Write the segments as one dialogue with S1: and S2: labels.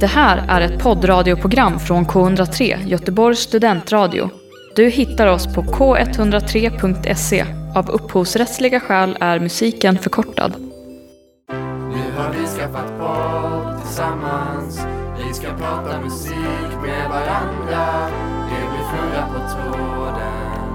S1: Det här är ett poddradioprogram från K103, Göteborgs studentradio. Du hittar oss på k103.se. Av upphovsrättsliga skäl är musiken förkortad.
S2: Nu har vi skaffat podd tillsammans Vi ska prata musik med varandra Det blir fnurra på tråden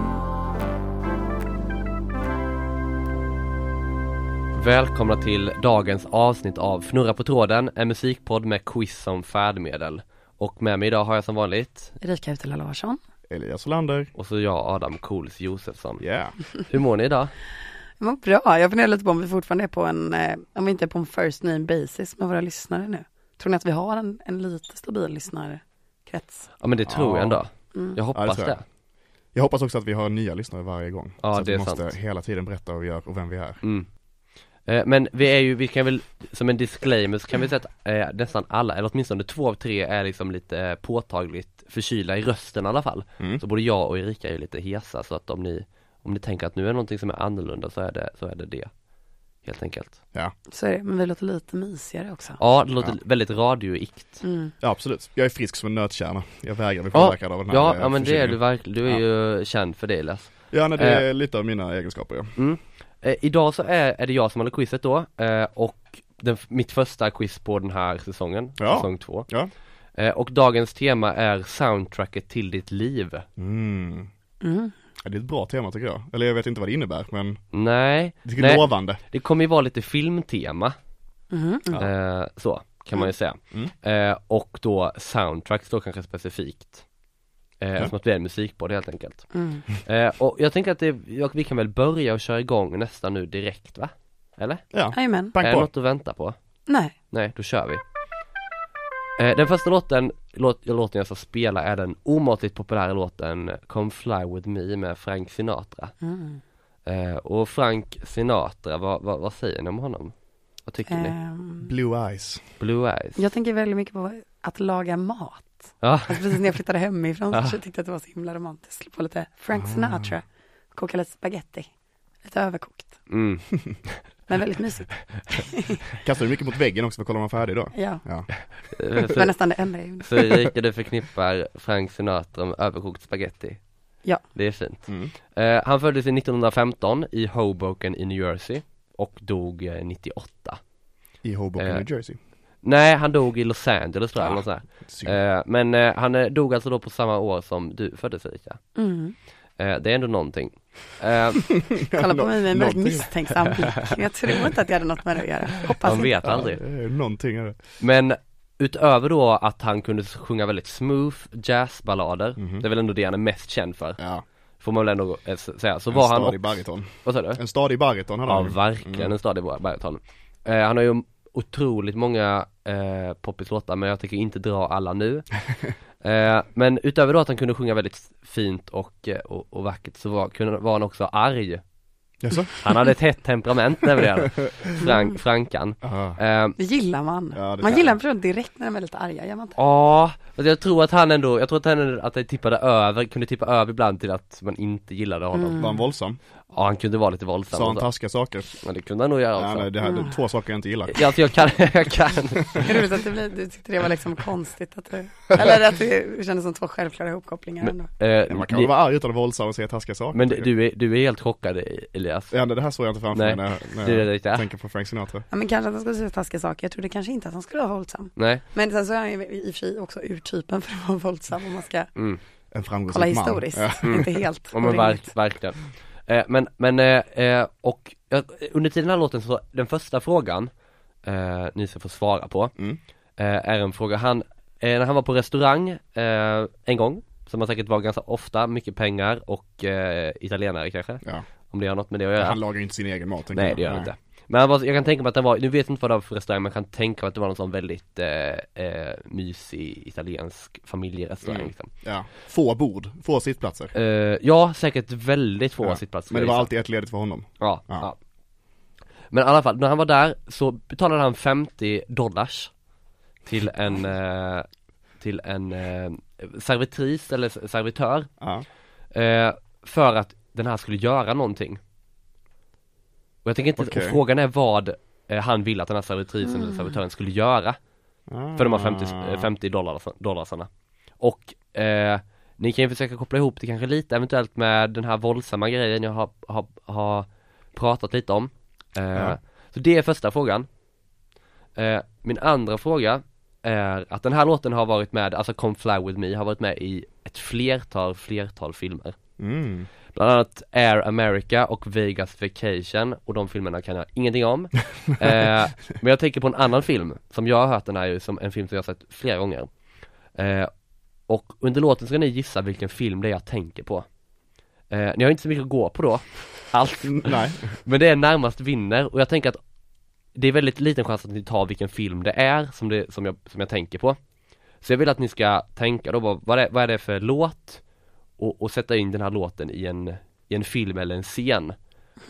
S3: Välkomna till dagens avsnitt av Fnurra på tråden, en musikpodd med quiz som färdmedel. Och med mig idag har jag som vanligt,
S4: Erika Utela Larsson.
S5: Elias Olander.
S3: och så jag Adam Cools Josefsson.
S5: Yeah.
S3: Hur mår ni idag?
S4: Det var bra. Jag funderar lite på om vi fortfarande är på en, eh, om vi inte är på en first name basis med våra lyssnare nu. Tror ni att vi har en, en lite stabil lyssnarkrets?
S3: Ja men det tror
S5: Ja.
S3: jag ändå. Jag
S5: Ja,
S3: hoppas
S5: det tror
S3: det.
S5: jag. Jag hoppas också att vi har nya lyssnare varje gång.
S3: Ja,
S5: så att
S3: det är
S5: vi måste
S3: sant.
S5: hela tiden berätta vad vi gör och vem vi är.
S3: Mm. Eh, Men vi är ju, vi kan väl, som en disclaimer så kan vi säga
S5: Mm.
S3: att eh, nästan alla, eller åtminstone två av tre är liksom lite eh, påtagligt förkylda i rösten i alla fall.
S5: Mm.
S3: Så både jag och Erika är ju lite hesa så att om ni, om ni tänker att nu är någonting som är annorlunda så är det, så är det det. Helt enkelt.
S4: Så är det, men vi låter lite mysigare också.
S3: Ja, det låter
S5: Ja.
S3: väldigt radioikt.
S4: Mm.
S5: Ja, absolut. Jag är frisk som en nötkärna. Jag vägrar bli
S3: Ja,
S5: påverkad av den här
S3: Ja,
S5: eh,
S3: ja men det är
S5: förkylningen.
S3: du Eh. verkligen, du är ju känd för det Elias.
S5: Ja, nej, det är lite av mina egenskaper ja.
S3: Eh, idag så är, är det jag som håller quizet då, eh, och den, mitt första quiz på den här säsongen,
S5: Ja.
S3: säsong två.
S5: Ja.
S3: Eh, och dagens tema är soundtracket till ditt liv.
S5: Mm.
S4: Mm.
S5: ja. Det är ett bra tema tycker jag. Eller jag vet inte vad det innebär, men
S3: Nej,
S5: det är
S3: Nej.
S5: lovande.
S3: det kommer ju vara lite filmtema,
S4: Mhm.
S5: Ja.
S3: eh, så kan man ju säga.
S5: Mm.
S3: Eh, och då soundtracks då kanske specifikt. Eh,
S5: Ja.
S3: Som att vi är en musikpodd helt enkelt.
S4: Mm.
S3: Eh, och jag tänker att det, jag, vi kan väl börja och köra igång nästan nu direkt va? Eller?
S5: Ja,
S4: Jajamän.
S3: Är
S5: bank
S3: det
S5: på.
S3: något att vänta på?
S4: Nej.
S3: Nej, då kör vi. Eh, den första låten, låt, låten jag ska spela är den omåttligt populära låten Come Fly With Me med Frank Sinatra.
S4: Mm.
S3: Eh, och Frank Sinatra, vad, vad, vad säger ni om honom? Vad tycker
S5: Eh.
S3: ni?
S4: Ehm,
S5: Blue Eyes.
S3: Blue Eyes?
S4: jag tänker väldigt mycket på att laga mat.
S3: Ja,
S4: Alltså precis när jag flyttade hemifrån
S3: Ja.
S4: så tyckte jag att det var så himla romantiskt. Slå på lite Frank Sinatra. Koka lite spaghetti. Lite överkokt.
S3: mm.
S4: Men väldigt mysigt.
S5: Kastar du mycket mot väggen också för att kolla om man är färdig då?
S4: Ja.
S5: Ja.
S3: Eh,
S4: Det var
S3: Så,
S4: nästan det enda jag gjorde.
S3: så Erika, du förknippar Frank Sinatra med överkokt spaghetti?
S4: Ja.
S3: Det är fint.
S5: Mm.
S3: Eh, han föddes 1915 i Hoboken i New Jersey och dog eh, 98.
S5: I Hoboken,
S3: Eh,
S5: New Jersey.
S3: Nej, han dog i Los Angeles tror jag,
S5: Ah.
S3: eller något sånt där.
S5: Synd.
S3: Eh, men eh, han eh, dog alltså då på samma år som du föddes Erika.
S4: Mm.
S3: Eh, det är ändå någonting. Eh,
S4: Kolla på
S5: Nå-
S4: mig med en väldigt
S5: någonting.
S4: misstänksam blick. Jag tror inte att jag hade något med det att göra. Hoppas
S3: man
S4: inte.
S3: vet aldrig.
S5: Ja, det är någonting är det.
S3: Men utöver då att han kunde sjunga väldigt smooth jazzballader,
S5: Mhm.
S3: det är väl ändå det han är mest känd för,
S5: Ja,
S3: får man väl ändå eh, s- säga. Så
S5: en
S3: var han
S5: stadig
S3: också,
S5: bariton.
S3: vad sa du?
S5: En stadig bariton hade
S3: Ja,
S5: han ju.
S3: verkligen
S5: Mm.
S3: en stadig bar- bariton. Eh, han har ju otroligt många eh, poppislåtar men jag tänker inte dra alla nu. eh, men utöver då att han kunde sjunga väldigt fint och, eh, och, och vackert så var, kunde, var han också arg.
S5: Jaså?
S3: Han hade ett hett temperament nämligen, Frank, Frankan.
S5: Ah.
S3: Eh,
S4: Det gillar man.
S5: Ja, det
S4: man
S5: kan-
S4: gillar en person direkt när de är lite arga, gör man inte?
S3: Ja, fast jag tror att han ändå, jag tror att han att det tippade över, kunde tippa över ibland till att man inte gillade honom.
S5: Var han våldsam?
S3: Ja, han kunde vara lite våldsam
S5: Mm. Sa han
S3: och så.
S5: taskiga saker?
S3: Ja, det kunde han nog göra
S5: Ja,
S3: också.
S5: nej, det här
S4: Mm.
S5: det är två saker jag inte gillar.
S3: Ja, alltså jag kan, jag kan
S4: Det är roligt att det blir, du tyckte det var liksom konstigt att du, eller att det kändes som två självklara ihopkopplingar ändå.
S3: Eh,
S5: Men man kan
S3: det-
S5: väl vara arg utan att vara våldsam och säga taskiga saker.
S3: Men
S5: tycker
S3: du är, du är helt chockad Elias?
S5: jag. Ja, nej, det här såg jag inte framför
S3: Nej.
S5: mig när, jag- när
S3: Du är
S5: jag
S3: det inte?
S5: tänker på Frank Sinatra.
S4: Ja, men kanske att han skulle säga taskiga saker, jag trodde kanske inte att han skulle vara våldsam.
S3: Nej?
S4: Men sen så är han ju i och för sig också urtypen för att vara våldsam om man ska
S3: Mm.
S5: En
S4: kolla
S5: framgångsrik man.
S4: historiskt.
S5: Ja.
S4: Inte helt
S3: Ja, men
S4: orimligt.
S3: verk, verkligen. Eh, men, men, eh, eh, och eh, under tiden den här låten så, den första frågan eh, ni ska få svara på
S5: Mm.
S3: eh, är en fråga han, eh, när han var på restaurang eh, en gång, som han säkert var ganska ofta, mycket pengar och eh, italienare kanske,
S5: Ja.
S3: om det har något med det att göra.
S5: Han lagar ju inte sin egen mat. tänker
S3: Nej
S5: jag.
S3: det gör han inte. Men han var, jag kan tänka mig att den var, nu vet jag inte vad det var för restaurang, men jag kan tänka mig att det var någon sån väldigt eh, eh, mysig italiensk familjerestaurang
S5: Mm.
S3: liksom.
S5: Ja. Få bord, få sittplatser.
S3: Eh, ja, säkert väldigt få
S5: Ja.
S3: sittplatser.
S5: Men det
S3: jag
S5: var
S3: gissar.
S5: alltid ett ledigt för honom.
S3: Ja, ja.
S5: Ja.
S3: Men i alla fall, när han var där så betalade han 50 dollars till en, eh, till en eh, servitris eller s- servitör
S5: Ja.
S3: eh, för att den här skulle göra någonting. Och jag tänker inte,
S5: Okej.
S3: och frågan är vad eh, han ville att den här servitrisen eller servitören skulle göra. För de har
S5: Ah.
S3: 50, eh, 50 dollar, dollarsarna Och eh, ni kan ju försöka koppla ihop det kanske lite eventuellt med den här våldsamma grejen jag har, har, har pratat lite om eh,
S5: Ja.
S3: Så det är första frågan eh, Min andra fråga är att den här låten har varit med, alltså Come Fly With Me har varit med i ett flertal, flertal filmer
S5: Mm.
S3: Bland annat Air America och Vegas Vacation och de filmerna kan jag ingenting om eh, Men jag tänker på en annan film som jag har hört den här ju som en film som jag har sett flera gånger eh, Och under låten ska ni gissa vilken film det är jag tänker på eh, Ni har inte så mycket att gå på då Allt
S5: Mm, Nej.
S3: Men det är närmast vinner och jag tänker att Det är väldigt liten chans att ni tar vilken film det är som, det, som, jag, som jag tänker på Så jag vill att ni ska tänka då bara, vad, är, vad är det för låt? Och, och sätta in den här låten i en, i en film eller en scen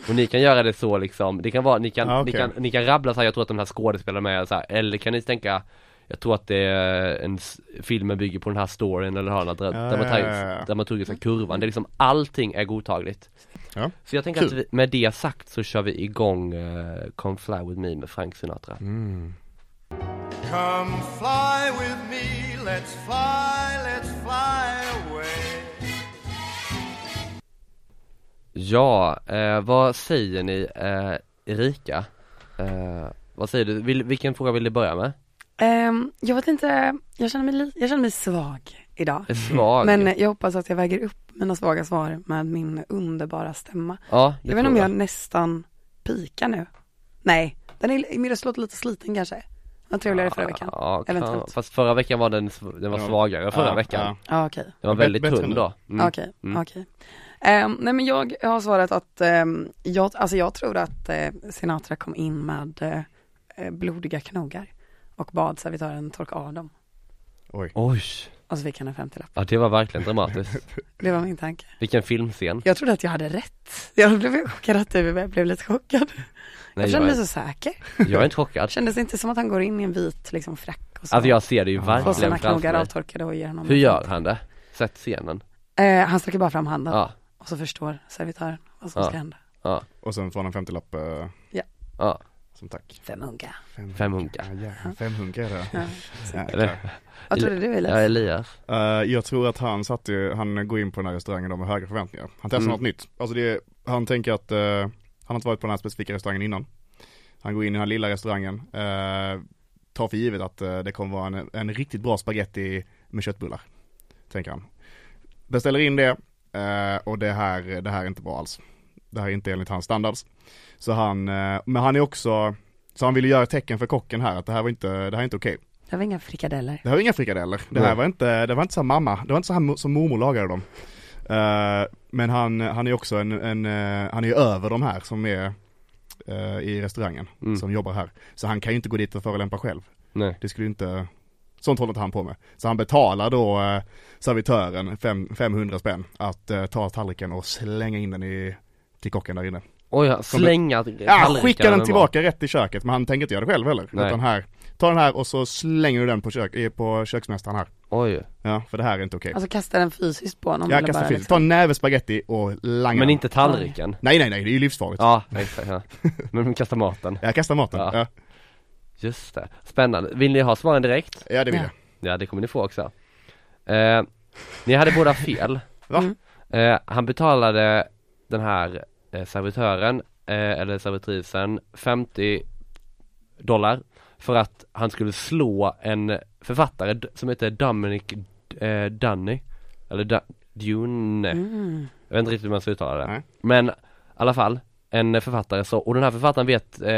S3: Och ni kan göra det så liksom, det kan vara, ni kan,
S5: Ja,
S3: ni
S5: okej.
S3: kan, ni kan rabbla så här, jag tror att de här skådespelarna är med så här, eller kan ni tänka jag tror att det är en, s- filmen bygger på den här storyn eller har den här dra-
S5: Ja,
S3: dramaturgiska-
S5: ja, ja, ja.
S3: dramaturgiska kurvan. Det är liksom allting är godtagligt.
S5: Ja.
S3: Så jag tänker
S5: Kul.
S3: att vi, med det sagt så kör vi igång uh, Come Fly With Me med Frank Sinatra.
S4: Mm.
S2: Come fly with me, let's fly, let's fly away.
S3: Ja, eh, vad säger ni eh, Erika? Eh, vad säger du? Vill, vilken fråga vill du börja med?
S4: Ehm, jag vet inte, jag känner mig, li- jag känner mig svag idag.
S3: Är Svag?
S4: Men eh, jag hoppas att jag väger upp mina svaga svar med min underbara stämma.
S3: ja, det
S4: Jag vet inte om
S3: tror
S4: jag nästan pikar nu. Nej, den är, min röst låter lite sliten kanske. Den var trevligare förra veckan.
S3: Ja, kan,
S4: Eventuellt.
S3: fast förra veckan var den, sv- den var
S5: Ja.
S3: svagare förra
S5: Ja,
S3: veckan.
S5: ja.
S4: Ja, okej.
S3: Den var
S5: Bet-
S3: väldigt
S5: bättre
S3: tunn
S5: nu.
S3: då. Mm.
S4: Okej,
S3: Mm.
S4: okej. Ehm, nej men jag har svarat att, ehm, jag, alltså jag tror att eh, Sinatra kom in med eh, eh, blodiga knogar och bad servitören torka av dem.
S5: Oj.
S3: Oj,
S4: Och så fick han en 50-lapp.
S3: ja det var verkligen dramatiskt.
S4: Det var min tanke.
S3: Vilken filmscen.
S4: Jag trodde att jag hade rätt. Jag blev chockad att du blev lite chockad.
S3: Nej,
S4: jag
S3: jag,
S4: kände mig
S3: är,
S4: så säker.
S3: jag är inte chockad.
S4: Kändes inte som att han går in i en vit liksom frack och så.
S3: Alltså jag ser det ju
S4: och
S3: verkligen
S4: sina
S3: framför
S4: knogar
S3: mig.
S4: avtorkade och ger honom
S3: Hur
S4: en
S3: gör
S4: fint.
S3: han det? Sätt scenen.
S4: Eh, han sträcker bara fram handen
S3: Ja,
S4: och så förstår servitören vad som
S3: Ja.
S4: ska hända.
S3: ja,
S5: Och sen får han en 50-lapp eh,
S3: ja.
S5: som tack.
S4: Fem unga.
S5: Fem,
S3: Femhunka.
S5: Ja, jävlar, femhunka är det.
S4: Ja.
S5: Jäklar.
S3: Eller,
S4: Vad trodde du
S3: ja,
S4: Elias?
S3: Elias.
S5: Eh, jag tror att han satt ju, han går in på den här restaurangen då med höga förväntningar. Han testar
S3: Mm.
S5: något nytt. Alltså det, han tänker att eh, han har inte varit på den här specifika restaurangen innan. Han går in i den här lilla restaurangen, eh, tar för givet att eh, det kommer vara en, en riktigt bra spaghetti med köttbullar. Tänker han. Beställer in det eh, och det här, det här är inte bra alls. Det här är inte enligt hans standards. Så han, eh, men han är också, så han vill ju göra ett tecken för kocken här att det här var inte, det här är inte okej.
S4: Det var inga frikadeller.
S5: Det här var inga frikadeller. Det här
S3: Nej.
S5: var inte, det var inte så här mamma, det var inte så här mo- som mormor lagade dem. Eh, men han, han är också en, en eh, han är ju över de här som är eh, i restaurangen,
S3: Mm.
S5: som jobbar här. Så han kan ju inte gå dit och förolämpa själv.
S3: Nej.
S5: Det skulle ju inte, sånt håller inte han på med. Så han betalar då eh, servitören fem, 500 spänn att eh, ta tallriken och slänga in den i, till kocken där inne.
S3: Oj, han slänga
S5: Ja,
S3: tallrikarna
S5: skicka den
S3: med
S5: tillbaka rätt i köket, men han tänker inte göra det själv heller.
S3: Nej.
S5: Utan här, ta den här och så slänger du den på, kök, eh, på köksmästaren här.
S3: mat. Oj,
S5: Ja, för det här är inte okej.
S4: Alltså kastar den fysiskt på honom?
S5: jag
S4: eller
S5: kastar
S4: bara
S5: fisk. Ta en näve spaghetti och langa
S3: men
S5: den.
S3: inte tallriken.
S5: Nej, nej, nej, det är ju livsfarligt.
S3: Ja, exakt. Ja. Men de kastar maten.
S5: Jag kastar maten.
S3: Ja.
S5: Ja, ja.
S3: Just det. Spännande. Vill ni ha svaren direkt?
S5: det vill
S4: Ja.
S5: jag.
S3: Ja, det kommer ni få också. Eh, ni hade båda fel.
S5: Va?
S4: Mm.
S3: Eh, han betalade den här eh, servitören, eh, eller servitrisen, 50 dollar för att han skulle slå en författare d- som heter Dominic eh, Dunny, eller da- Dune,
S4: Mm.
S3: jag vet inte riktigt hur man ska uttala det.
S5: Nej.
S3: Men i alla fall, en författare så, och den här författaren vet, eh,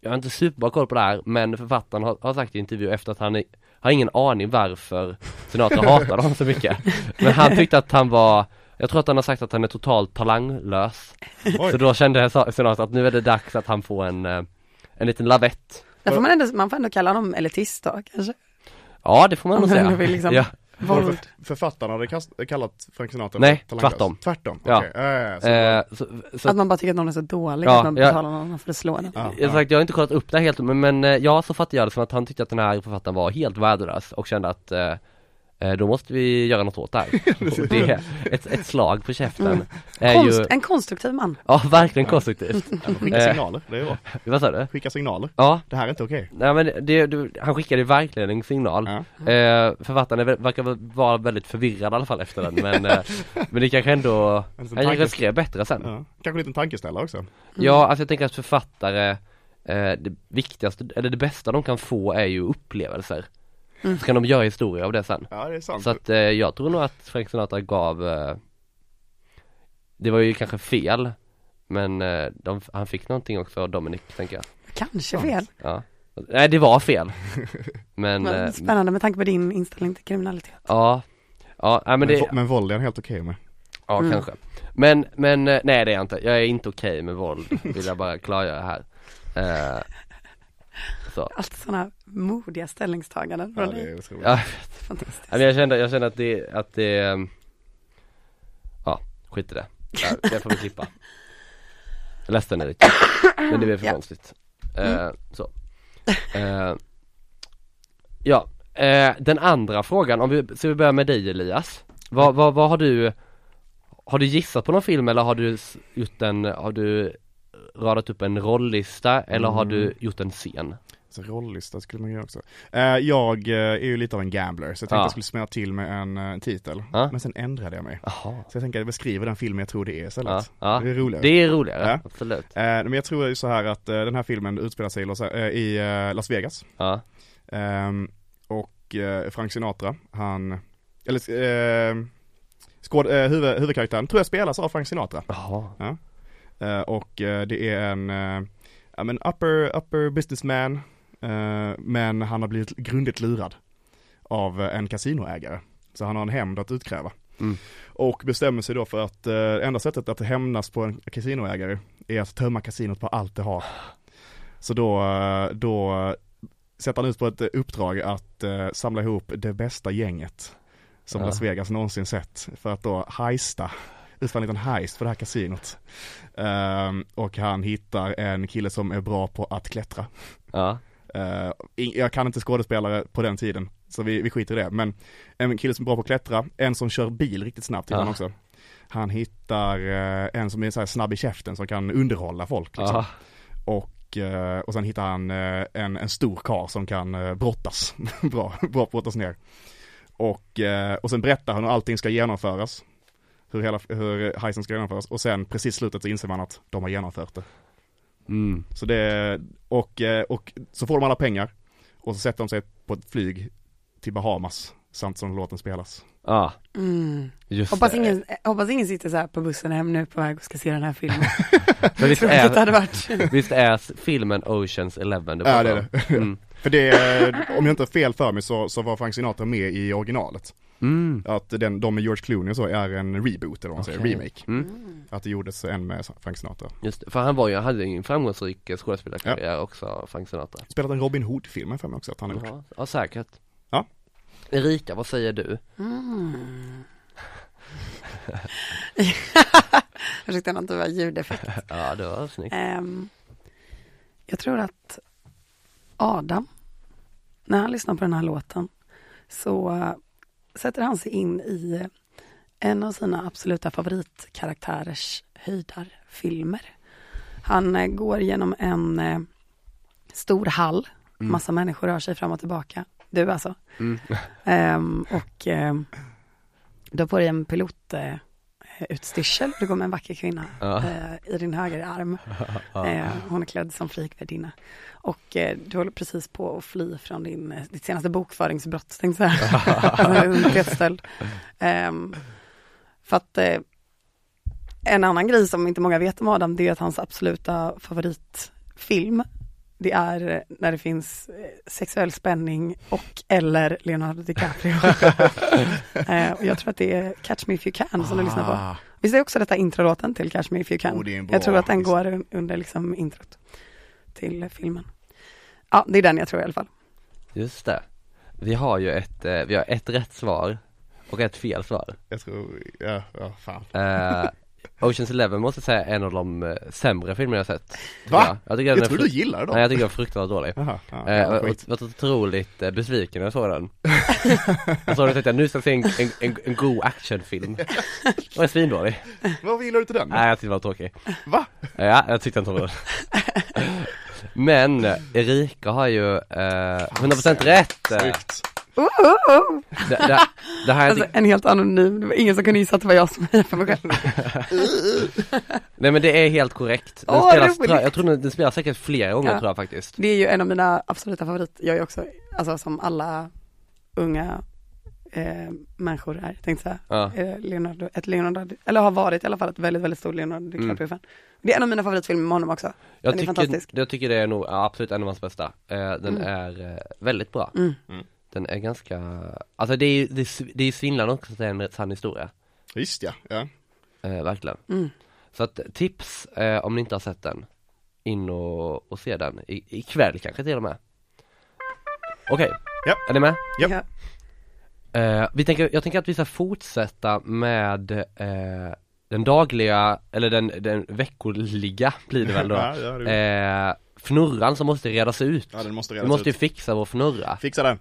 S3: jag har inte superbra koll på det här, men författaren har, har sagt i intervju efter att han i- har ingen aning varför Sinatra hatade honom så mycket. Men han tyckte att han var, jag tror att han har sagt att han är totalt talanglös.
S5: Oj.
S3: Så då kände Sa- Sinatra att nu är det dags att han får en, eh, en liten lavett.
S4: Där får man, ändå, man får ändå kalla honom elitist då kanske.
S3: Ja, det får man
S4: Om
S3: nog
S4: man
S3: säga.
S4: vill liksom-
S3: Ja.
S4: Våld.
S5: För- Författarna hade kast- kallat Frank Sinatra
S3: Nej,
S5: för talanglös.
S3: tvärtom.
S5: Tvärtom,
S3: Ja.
S5: okej. Ja. så-
S3: Eh, så, så
S4: Att man bara tycker att någon är så dålig
S3: Ja,
S4: att man
S3: ja.
S4: betalar någon annan för att slå den.
S5: ja,
S3: Jag, har
S5: ja.
S3: sagt, jag har inte kollat upp det här helt men, men eh, ja så fattar jag det som att han tyckte att den här författaren var helt värdelös och kände att eh, eh, då måste vi göra något åt det här. Och det är ett, ett slag på käften är
S4: Konst,
S3: ju,
S4: En konstruktiv man.
S3: ja verkligen konstruktivt.
S5: Skicka
S3: Eh.
S5: signaler, det är bra.
S3: Vad sa du?
S5: Skicka signaler.
S3: Ja,
S5: Det här är inte okej.
S3: nej men det, du, han skickade verkligen en signal.
S5: Ja.
S3: Eh, författaren är, väl- verkar väl vara väldigt förvirrad i alla fall efter den men, eh, men det kanske ändå,
S5: En sån
S3: han kanske
S5: tankes-
S3: skrev bättre sen.
S5: Ja. Kanske en liten tankeställare också.
S3: Ja, alltså jag tänker att författare, eh, det viktigaste, eller det bästa de kan få är ju upplevelser. Så kan de göra historia av det sen.
S5: Ja, det är sant.
S3: Så att eh, jag tror nog att Frank Sinatra gav, eh, det var ju kanske fel, men eh, de, han fick någonting också av Dominic tänker jag.
S4: Kanske fel.
S3: Ja. Nej det var fel. Men, eh,
S4: Men spännande med tanke på din inställning till kriminalitet.
S3: ja, ja, nej, men
S5: men,
S3: det,
S5: vo- men volley är han helt okej med.
S3: Ja kanske. Men, men eh, nej det är jag inte. Jag är inte okej med våld, vill jag bara klargöra här. Eh, så.
S4: Alltid sådana modiga ställningstaganden.
S5: Ja,
S4: från
S5: det
S4: dig.
S5: är otroligt.
S3: Ja, Alltså-
S4: Fantastiskt.
S3: men jag kände, jag kände att det, att det, ehm, ja skit i det. Ja, det får vi klippa. Jag läste den Erik. Men det blev för
S4: Ja.
S3: konstigt. Eh, Så. Eh, ja, eh, den andra frågan, om vi, ska vi börja med dig Elias? Vad, vad, vad har du, har du gissat på någon film eller har du s- gjort en, har du radat upp en rollista eller har du gjort en scen?
S5: Så rollista skulle man göra också. Eh, jag eh, är ju lite av en gambler, så jag tänkte
S3: Ja.
S5: jag skulle smöra till med en, eh, en titel.
S3: Ja.
S5: Men sen ändrade jag mig.
S3: Jaha.
S5: Så jag tänker att jag beskriver den filmen jag tror det är
S3: Ja,
S5: istället.
S3: ja.
S5: Det är roligare.
S3: Det är roligare,
S5: Ja.
S3: absolut.
S5: Eh, men jag tror ju så här att eh, den här filmen utspelar sig i, Los, eh, i eh, Las Vegas.
S3: Ja.
S5: Ehm, och eh, Frank Sinatra, han, eller eh, skåd, eh, huvud, huvudkaraktären tror jag spelas av Frank Sinatra.
S3: Jaha.
S5: Eh, och eh, det är en, eh, ja men upper, upper businessman, eh, men han har blivit grundligt lurad av eh, en kasinoägare. Så han har en hämnd att utkräva.
S3: Mm.
S5: Och bestämmer sig då för att eh, enda sättet att hämnas på en kasinoägare är att tömma kasinot på allt det har. Så då, eh, då eh, sätter han ut på ett eh, uppdrag att eh, samla ihop det bästa gänget som
S3: Ja.
S5: Las Vegas någonsin sett för att då heista, utföra en liten heist för det här kasinot. Ehm, och han hittar en kille som är bra på att klättra.
S3: Ja.
S5: Eh, in- jag kan inte skådespelare på den tiden, så vi, vi skiter i det. Men en kille som är bra på att klättra, en som kör bil riktigt snabbt hittar
S3: Ja.
S5: han också. Han hittar eh, en som är så här snabb i käften som kan underhålla folk. Liksom.
S3: Ja.
S5: Och, eh, och sen hittar han eh, en, en stor kar som kan eh, brottas, bra, bra brottas ner. Och, eh, och sen berättar han hur allting ska genomföras. Hur, hela, hur heisen ska genomföras och sen precis i slutet så inser man att de har genomfört det.
S3: Mm.
S5: Så det, och, eh, och så får de alla pengar och så sätter de sig på ett flyg till Bahamas samt som låten spelas.
S3: Ja,
S4: Mm.
S3: just
S4: Hoppas,
S3: det.
S4: ingen, eh, hoppas ingen sitter så här på bussen hem nu på väg och ska se den här filmen.
S3: Men visst,
S4: Tror att
S3: är,
S4: det hade varit.
S3: visst är s- filmen Oceans Eleven
S5: Ja, det är
S3: pratar om? Mm.
S5: För det, eh, om jag inte har fel för mig så, så var Frank Sinatra med i originalet.
S3: Mm.
S5: Att den, de med George Clooney och så är en reboot eller vad man säger,
S3: Okej.
S5: remake.
S3: Mm.
S5: Att det gjordes en med Frank Sinatra.
S3: Just det. För han var ju, han hade ju en framgångsrik eh, skådespelarkarriär också, Frank Sinatra.
S5: Spelat en Robin Hood-film för mig också att han har gjort.
S3: Ja, ja säkert.
S5: Mm. Ja.
S3: Erika, vad säger du?
S4: Mm. jag tyckte nog att det var ljudeffekt.
S3: Ja, det var snyggt.
S4: Ehm, jag tror att Adam, när han lyssnar på den här låten, så eh, sätter han sig in i eh, en av sina absoluta favoritkaraktärers höjdarfilmer. Han eh, går genom en eh, stor hall, massa människor rör sig fram och tillbaka. Du alltså. Ehm, och ehm, du har på dig en pilotutstyrsel, eh, utstyrsel. du går med en vacker kvinna eh, i din högra arm. Eh, hon är klädd som flygvärdinna. Och eh, du håller precis på att fly från din, eh, ditt senaste bokföringsbrott, tänkte jag säga. alltså, identitetsstöld. Ehm, för att eh, en annan grej som inte många vet om Adam, det är att hans absoluta favoritfilm, det är eh, när det finns eh, sexuell spänning och eller Leonardo DiCaprio. eh, och jag tror att det är Catch Me If You Can som du lyssnar på. Visst är också detta introlåten till Catch Me If You Can?
S5: Ah. Oh, det är en bra
S4: jag tror att den
S5: artist.
S4: går un- under liksom introt till eh, filmen. Ja, det är den jag tror i alla fall.
S3: Just det. Vi har ju ett, eh, vi har ett rätt svar och ett fel svar.
S5: Jag tror, ja, ja fan.
S3: Eh, Oceans Eleven måste jag säga är en av de eh, sämre filmer jag sett
S5: Va?
S3: Ja, Jag tycker den
S5: Jag
S3: är
S5: tror du
S3: frukt-
S5: gillar
S3: Nej
S5: dem.
S3: jag tycker den är fruktansvärt dålig
S5: Jaha, ja,
S3: Eh,
S5: ja,
S3: Jag
S5: skit.
S3: var otroligt eh, besviken när jag såg den Jag såg den och tänkte nu ska jag se en, en, en, en god actionfilm Och en svindålig
S5: Varför gillar du inte den?
S3: Nej jag tyckte den var tråkig
S5: Va?
S3: Eh, Ja, jag tyckte inte om den Men Erika har ju eh, 100% rätt! Eh,
S5: Snyggt.
S4: Oh, oh, oh.
S3: Det, det, det här
S4: Alltså en helt anonym, det var ingen som kunde gissa att det var jag som för mig själv.
S3: Nej men det är helt korrekt Den
S4: Åh,
S3: spelas,
S4: roligt.
S3: tror jag, jag tror den, den spelas säkert flera gånger
S4: Ja.
S3: tror jag faktiskt
S4: Det är ju en av mina absoluta favoriter. Jag är också, alltså som alla unga eh, människor är, tänkte jag
S3: Ja.
S4: säga. Eh, Leonardo, ett Leonardo, eller har varit i alla fall ett väldigt, väldigt stort Leonardo DiCaprio-fan. Det är en av mina favoritfilmer med honom också.
S3: Mm. Jag
S4: Den är
S3: tycker,
S4: fantastisk.
S3: jag tycker det är nog ja, absolut en av hans bästa. Eh, den är eh, väldigt bra.
S4: Mm.
S3: Den är ganska, alltså det är ju, det är, sv- det är ju svindlande också att det är en sann historia.
S5: Just ja, ja.
S3: Eh, verkligen.
S4: Mm.
S3: Så att tips, eh, om ni inte har sett den, in och, och se den. I, ikväll kanske till och med. Okej,
S5: Ja.
S3: är ni med?
S5: Japp.
S4: Ja.
S3: Eh, vi tänker, jag tänker att vi ska fortsätta med eh, den dagliga, eller den, den veckoliga blir det väl då.
S5: Ja, ja, det-
S3: eh, fnurran som måste redas ut.
S5: ja den måste
S3: Vi
S5: redas
S3: måste ju
S5: ut.
S3: fixa vår fnurra
S5: Fixa den.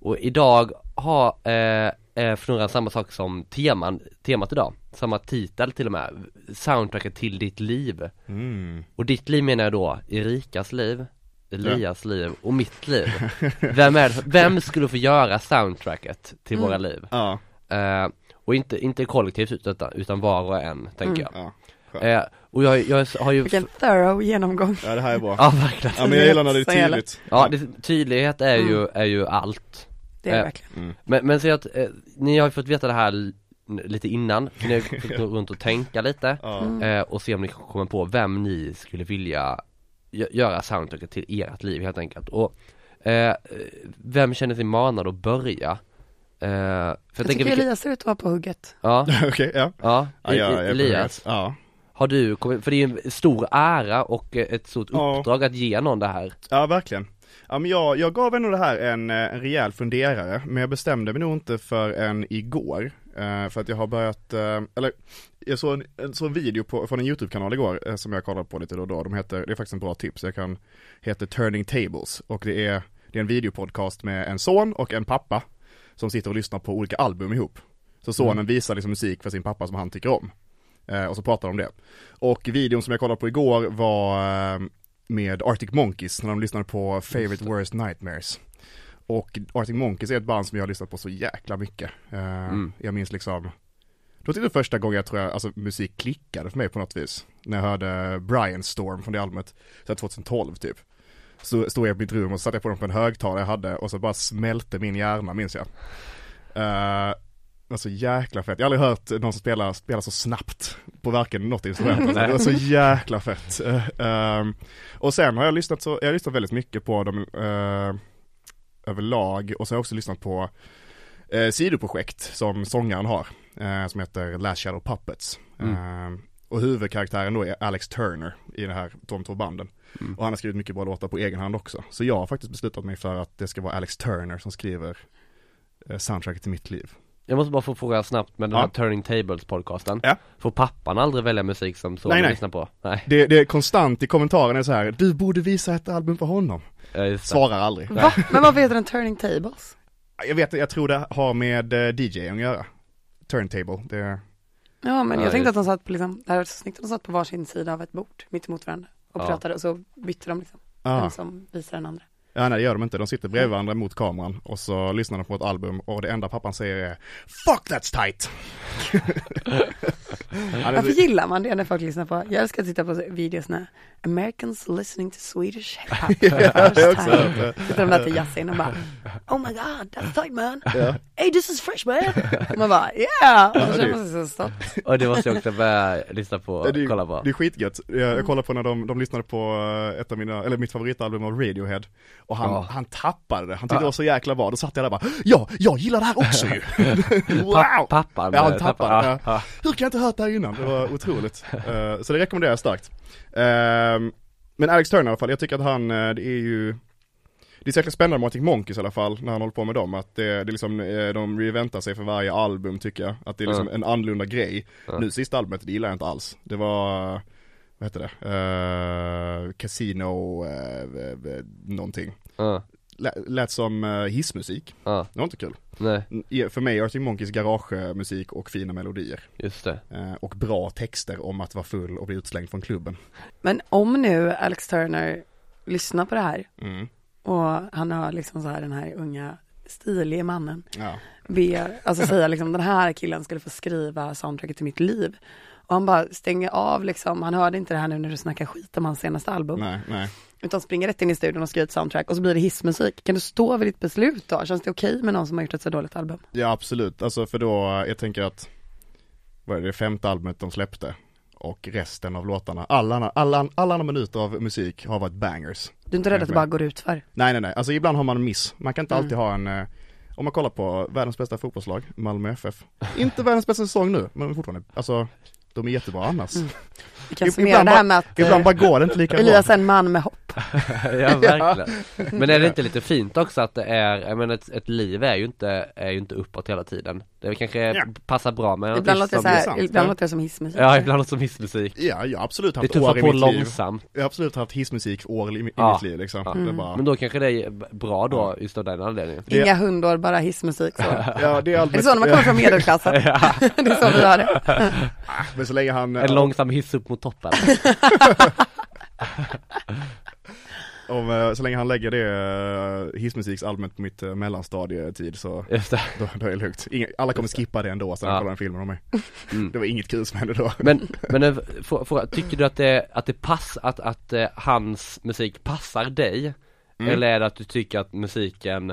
S3: och idag har eh, eh, fnurran samma sak som teman, temat idag, samma titel till och med, soundtracket till ditt liv.
S5: Mm.
S3: Och ditt liv menar jag då Erikas liv, Elias liv och mitt liv. Vem, är, vem skulle få göra soundtracket till
S5: Mm.
S3: våra liv?
S5: Ja,
S3: Eh, och inte, inte kollektivt utan, utan var och en, tänker
S5: ja.
S3: jag. Eh, och jag, jag har ju
S4: Vilken thorough genomgång.
S5: ja, det här är bra.
S3: Ja verkligen.
S5: Ja, men jag gillar när det är tydligt.
S3: Ja, det, tydlighet är ju,
S5: Mm.
S3: är ju allt.
S4: Det är det
S3: Eh,
S4: verkligen.
S3: Men, men så att, eh, ni har ju fått veta det här l- lite innan, för ni har fått gå runt och tänka lite
S5: Ja.
S3: eh, och se om ni kommer på vem ni skulle vilja gö- göra soundtracket till ert liv helt enkelt och eh, vem känner sig manad att börja? Eh, för jag,
S4: Jag
S3: tänker
S4: tycker
S3: vilka-
S4: Elias ser ut att vara på hugget.
S3: ja,
S5: Okej, ja.
S3: ja,
S5: ja,
S3: I-
S5: jag-
S3: I-
S5: jag är
S3: Elias,
S5: beredd. Ja.
S3: har du kommit, för det är ju en stor ära och eh, ett stort
S5: Ja.
S3: uppdrag att ge någon det här
S5: Ja, verkligen. Ja, men jag, jag gav ändå det här en, eh, en rejäl funderare, men jag bestämde mig nog inte förrän igår. eh, För att jag har börjat, eh, eller jag såg en, en, såg en video på, från en YouTube-kanal igår eh, som jag kollar på lite då och då. De heter, det är faktiskt en bra tips, jag kan, heter Turning Tables och det är, det är en videopodcast med en son och en pappa som sitter och lyssnar på olika album ihop. Så sonen visar liksom musik för sin pappa som han tycker om. Eh, och så pratar de om det. Och videon som jag kollade på igår var eh, med Arctic Monkeys när de lyssnade på Favorite Worst Nightmares. Och Arctic Monkeys är ett band som jag har lyssnat på så jäkla mycket. Eh,
S3: Mm.
S5: Jag minns liksom, det var typ den första gången jag tror jag, alltså musik klickade för mig på något vis. När jag hörde Brian Storm från det albumet, så här 2012 typ. Så stod jag i mitt rum och så satte jag på dem på en högtalare jag hade och så bara smälte min hjärna minns jag. Eh, Alltså jäkla fett, jag har aldrig hört någon som spelar, spelar så snabbt på varken något instrument, alltså. det var så jäkla fett. Eh, ehm, och sen har jag lyssnat så, jag har lyssnat väldigt mycket på dem eh, överlag och så har jag också lyssnat på eh, sidoprojekt som sångaren har, eh, som heter Last Shadow Puppets. Ehm, och huvudkaraktären då är Alex Turner i det här, de två banden. Och han har skrivit mycket bra låtar på egen hand också. Så jag har faktiskt beslutat mig för att det ska vara Alex Turner som skriver eh, soundtracket till mitt liv.
S3: Jag måste bara få fråga snabbt med den
S5: Ja.
S3: här Turning Tables podcasten
S5: Ja.
S3: Får pappan aldrig välja musik som sonen
S5: Nej, nej.
S3: lyssnar på? Nej,
S5: Det, det är konstant i kommentarerna är så här, du borde visa ett album för honom.
S3: ja, just det.
S5: Svarar aldrig.
S4: Va? Men varför heter den Turning Tables?
S5: Jag vet, jag tror det har med eh, DJ att göra. Turntable, det är...
S4: Ja, men
S3: Ja,
S4: jag tänkte
S3: just-
S4: att de satt på liksom, det här var så snyggt att de satt på varsin sida av ett bord, mitt emot varandra och
S3: Ja.
S4: pratade och så bytte de liksom,
S5: Ah.
S4: vem som visar den andra.
S5: Ja, nej det gör de inte. De sitter bredvid varandra mot kameran och så lyssnar de på ett album och det enda pappan säger är Fuck that's tight! Han är
S4: Varför
S5: så-
S4: gillar man det när folk lyssnar på, jag älskar att titta på videos när Americans listening to Swedish hip hop.
S5: Ja, det är också.
S4: Sitter de där till jazzin och bara, oh my god, that's tight man. Hey this is fresh man. Och man bara, yeah. Och så
S5: det-
S4: känner man sig så stolt.
S3: Och det måste jag också börja lyssna på
S5: Ja,
S3: och
S5: det, är-
S3: kolla på
S5: det är skitgött. Jag, jag kollade på när de, de lyssnade på eh, ett av mina, eller mitt favoritalbum av Radiohead och han,
S3: Ja.
S5: han tappade det, han tyckte det var så jäkla bra, då satt jag där och bara Ja, jag gillar det här också ju! wow!
S3: Pa- pappan,
S5: ja, han
S3: eh,
S5: tappade
S3: pappan,
S5: det.
S3: ja, ja.
S5: Hur kan jag inte ha hört det här innan? Det var otroligt. Eh, så det rekommenderar jag starkt. Ehm, men Alex Turner i alla fall, jag tycker att han, eh, det är ju Det är säkert spännande med Arctic Monkeys i alla fall, när han håller på med dem, att det, det är liksom, eh, de reinventar sig för varje album tycker jag, att det är liksom
S3: Ja.
S5: en annorlunda grej.
S3: Ja.
S5: Nu sista albumet, det gillar jag inte alls. Det var, vad hette det, Eh, Casino, eh, v- v- någonting.
S3: Ja,
S5: Lä- Lät som eh, hissmusik,
S3: ja,
S5: det var inte kul.
S3: nej,
S5: Mm, i- För mig är Arctic Monkeys garagemusik och fina melodier.
S3: just det.
S5: Eh, Och bra texter om att vara full och bli utslängd från klubben.
S4: Men om nu Alex Turner lyssnar på det här
S5: Mm.
S4: och han har liksom så här den här unga stilige mannen
S5: Ja.
S4: ber, alltså säga liksom den här killen skulle få skriva soundtracket till mitt liv. Och han bara stänger av liksom, han hörde inte det här nu när du snackar skit om hans senaste album.
S5: Nej, nej.
S4: Utan springer rätt in i studion och skriver ett soundtrack och så blir det hissmusik. Kan du stå vid ditt beslut då? Känns det okej med någon som har gjort ett så dåligt album?
S5: Ja absolut, alltså för då, jag tänker att Vad är det, det femte albumet de släppte? Och resten av låtarna, alla, alla, alla andra minuter av musik har varit bangers
S4: Du är inte rädd
S5: Nej,
S4: att det
S5: men-
S4: bara går ut för?
S5: Nej nej nej, alltså ibland har man en miss, man kan inte alltid
S4: Mm.
S5: ha en eh, Om man kollar på världens bästa fotbollslag, Malmö FF Inte världens bästa säsong nu, men fortfarande, alltså De är jättebra annars
S4: Vi kan
S5: Ib-
S4: summera Mm.
S5: ibland
S4: det här
S5: bara-
S4: med att
S5: Ibland
S4: eh,
S5: bara går det inte lika bra
S4: Elias är en man med hopp.
S3: ja verkligen. Men är det inte lite fint också att det är, jag menar ett, ett liv är ju inte, är ju inte uppåt hela tiden. Det kanske
S5: Ja.
S3: passar bra med en
S4: Ibland
S3: artist
S4: låter det,
S3: som
S4: så
S5: är
S4: här,
S5: sant,
S4: ibland
S5: ja.
S4: låter det som hissmusik.
S3: Ja, ibland låter det som hissmusik.
S5: Ja, jag har absolut
S3: Det
S5: haft år
S3: tuffar
S5: i
S3: på
S5: mitt liv
S3: långsamt.
S5: Jag har absolut haft hissmusikår i, i
S3: Ja.
S5: mitt liv liksom
S3: Ja.
S5: det är bara,
S3: Men då kanske det är b- bra då, just av den anledningen.
S5: det-
S4: Inga hundår, bara hissmusik. Så. Är
S5: Ja det
S4: det
S5: är albumet,
S4: så när man kommer från medelklassen? det är så vi har det.
S5: men så länge han
S3: En långsam hiss upp mot toppen.
S5: Om, eh, så länge han lägger det eh, hissmusiksalbumet på mitt eh, mellanstadietid så
S3: Just det.
S5: då, då är det lugnt. Inga, alla kommer skippa det ändå sen de
S3: Ja.
S5: kollar den filmen om mig.
S3: Mm.
S5: Det var inget kul som hände då.
S3: Men, men en f- frå- fråga, tycker du att det, att det pass, att, att eh, hans musik passar dig?
S5: Mm.
S3: Eller är det att du tycker att musiken,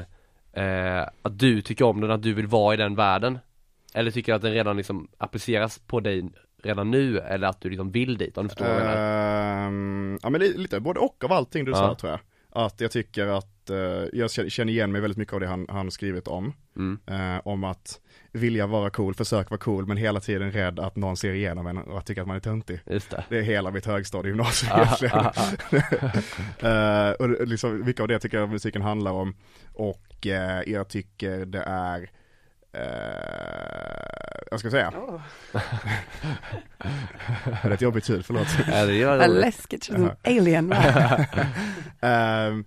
S3: eh, att du tycker om den, att du vill vara i den världen? Eller tycker du att den redan liksom appliceras på dig redan nu, eller att du liksom vill dit? Om du förstår vad jag menar?
S5: Ehm, ja men li- lite både och av allting du
S3: Ja.
S5: sa tror jag. Att jag tycker att, eh, jag känner- känner igen mig väldigt mycket av det han, han skrivit om.
S3: Mm.
S5: Eh, om att vilja vara cool, försök vara cool men hela tiden rädd att någon ser igenom en och tycker att man är töntig.
S3: Just det.
S5: Det är hela mitt högstadiegymnasium
S3: Ah,
S5: egentligen.
S3: ah, ah.
S5: Eh, och det- liksom, mycket av det tycker jag musiken handlar om. Och eh, jag tycker det är, eh, vad ska jag säga? det är ett jobbigt ljud, förlåt.
S3: Ja, det gör
S4: Vad
S3: det.
S4: läskigt, känns som en alien. va?
S5: Ehm,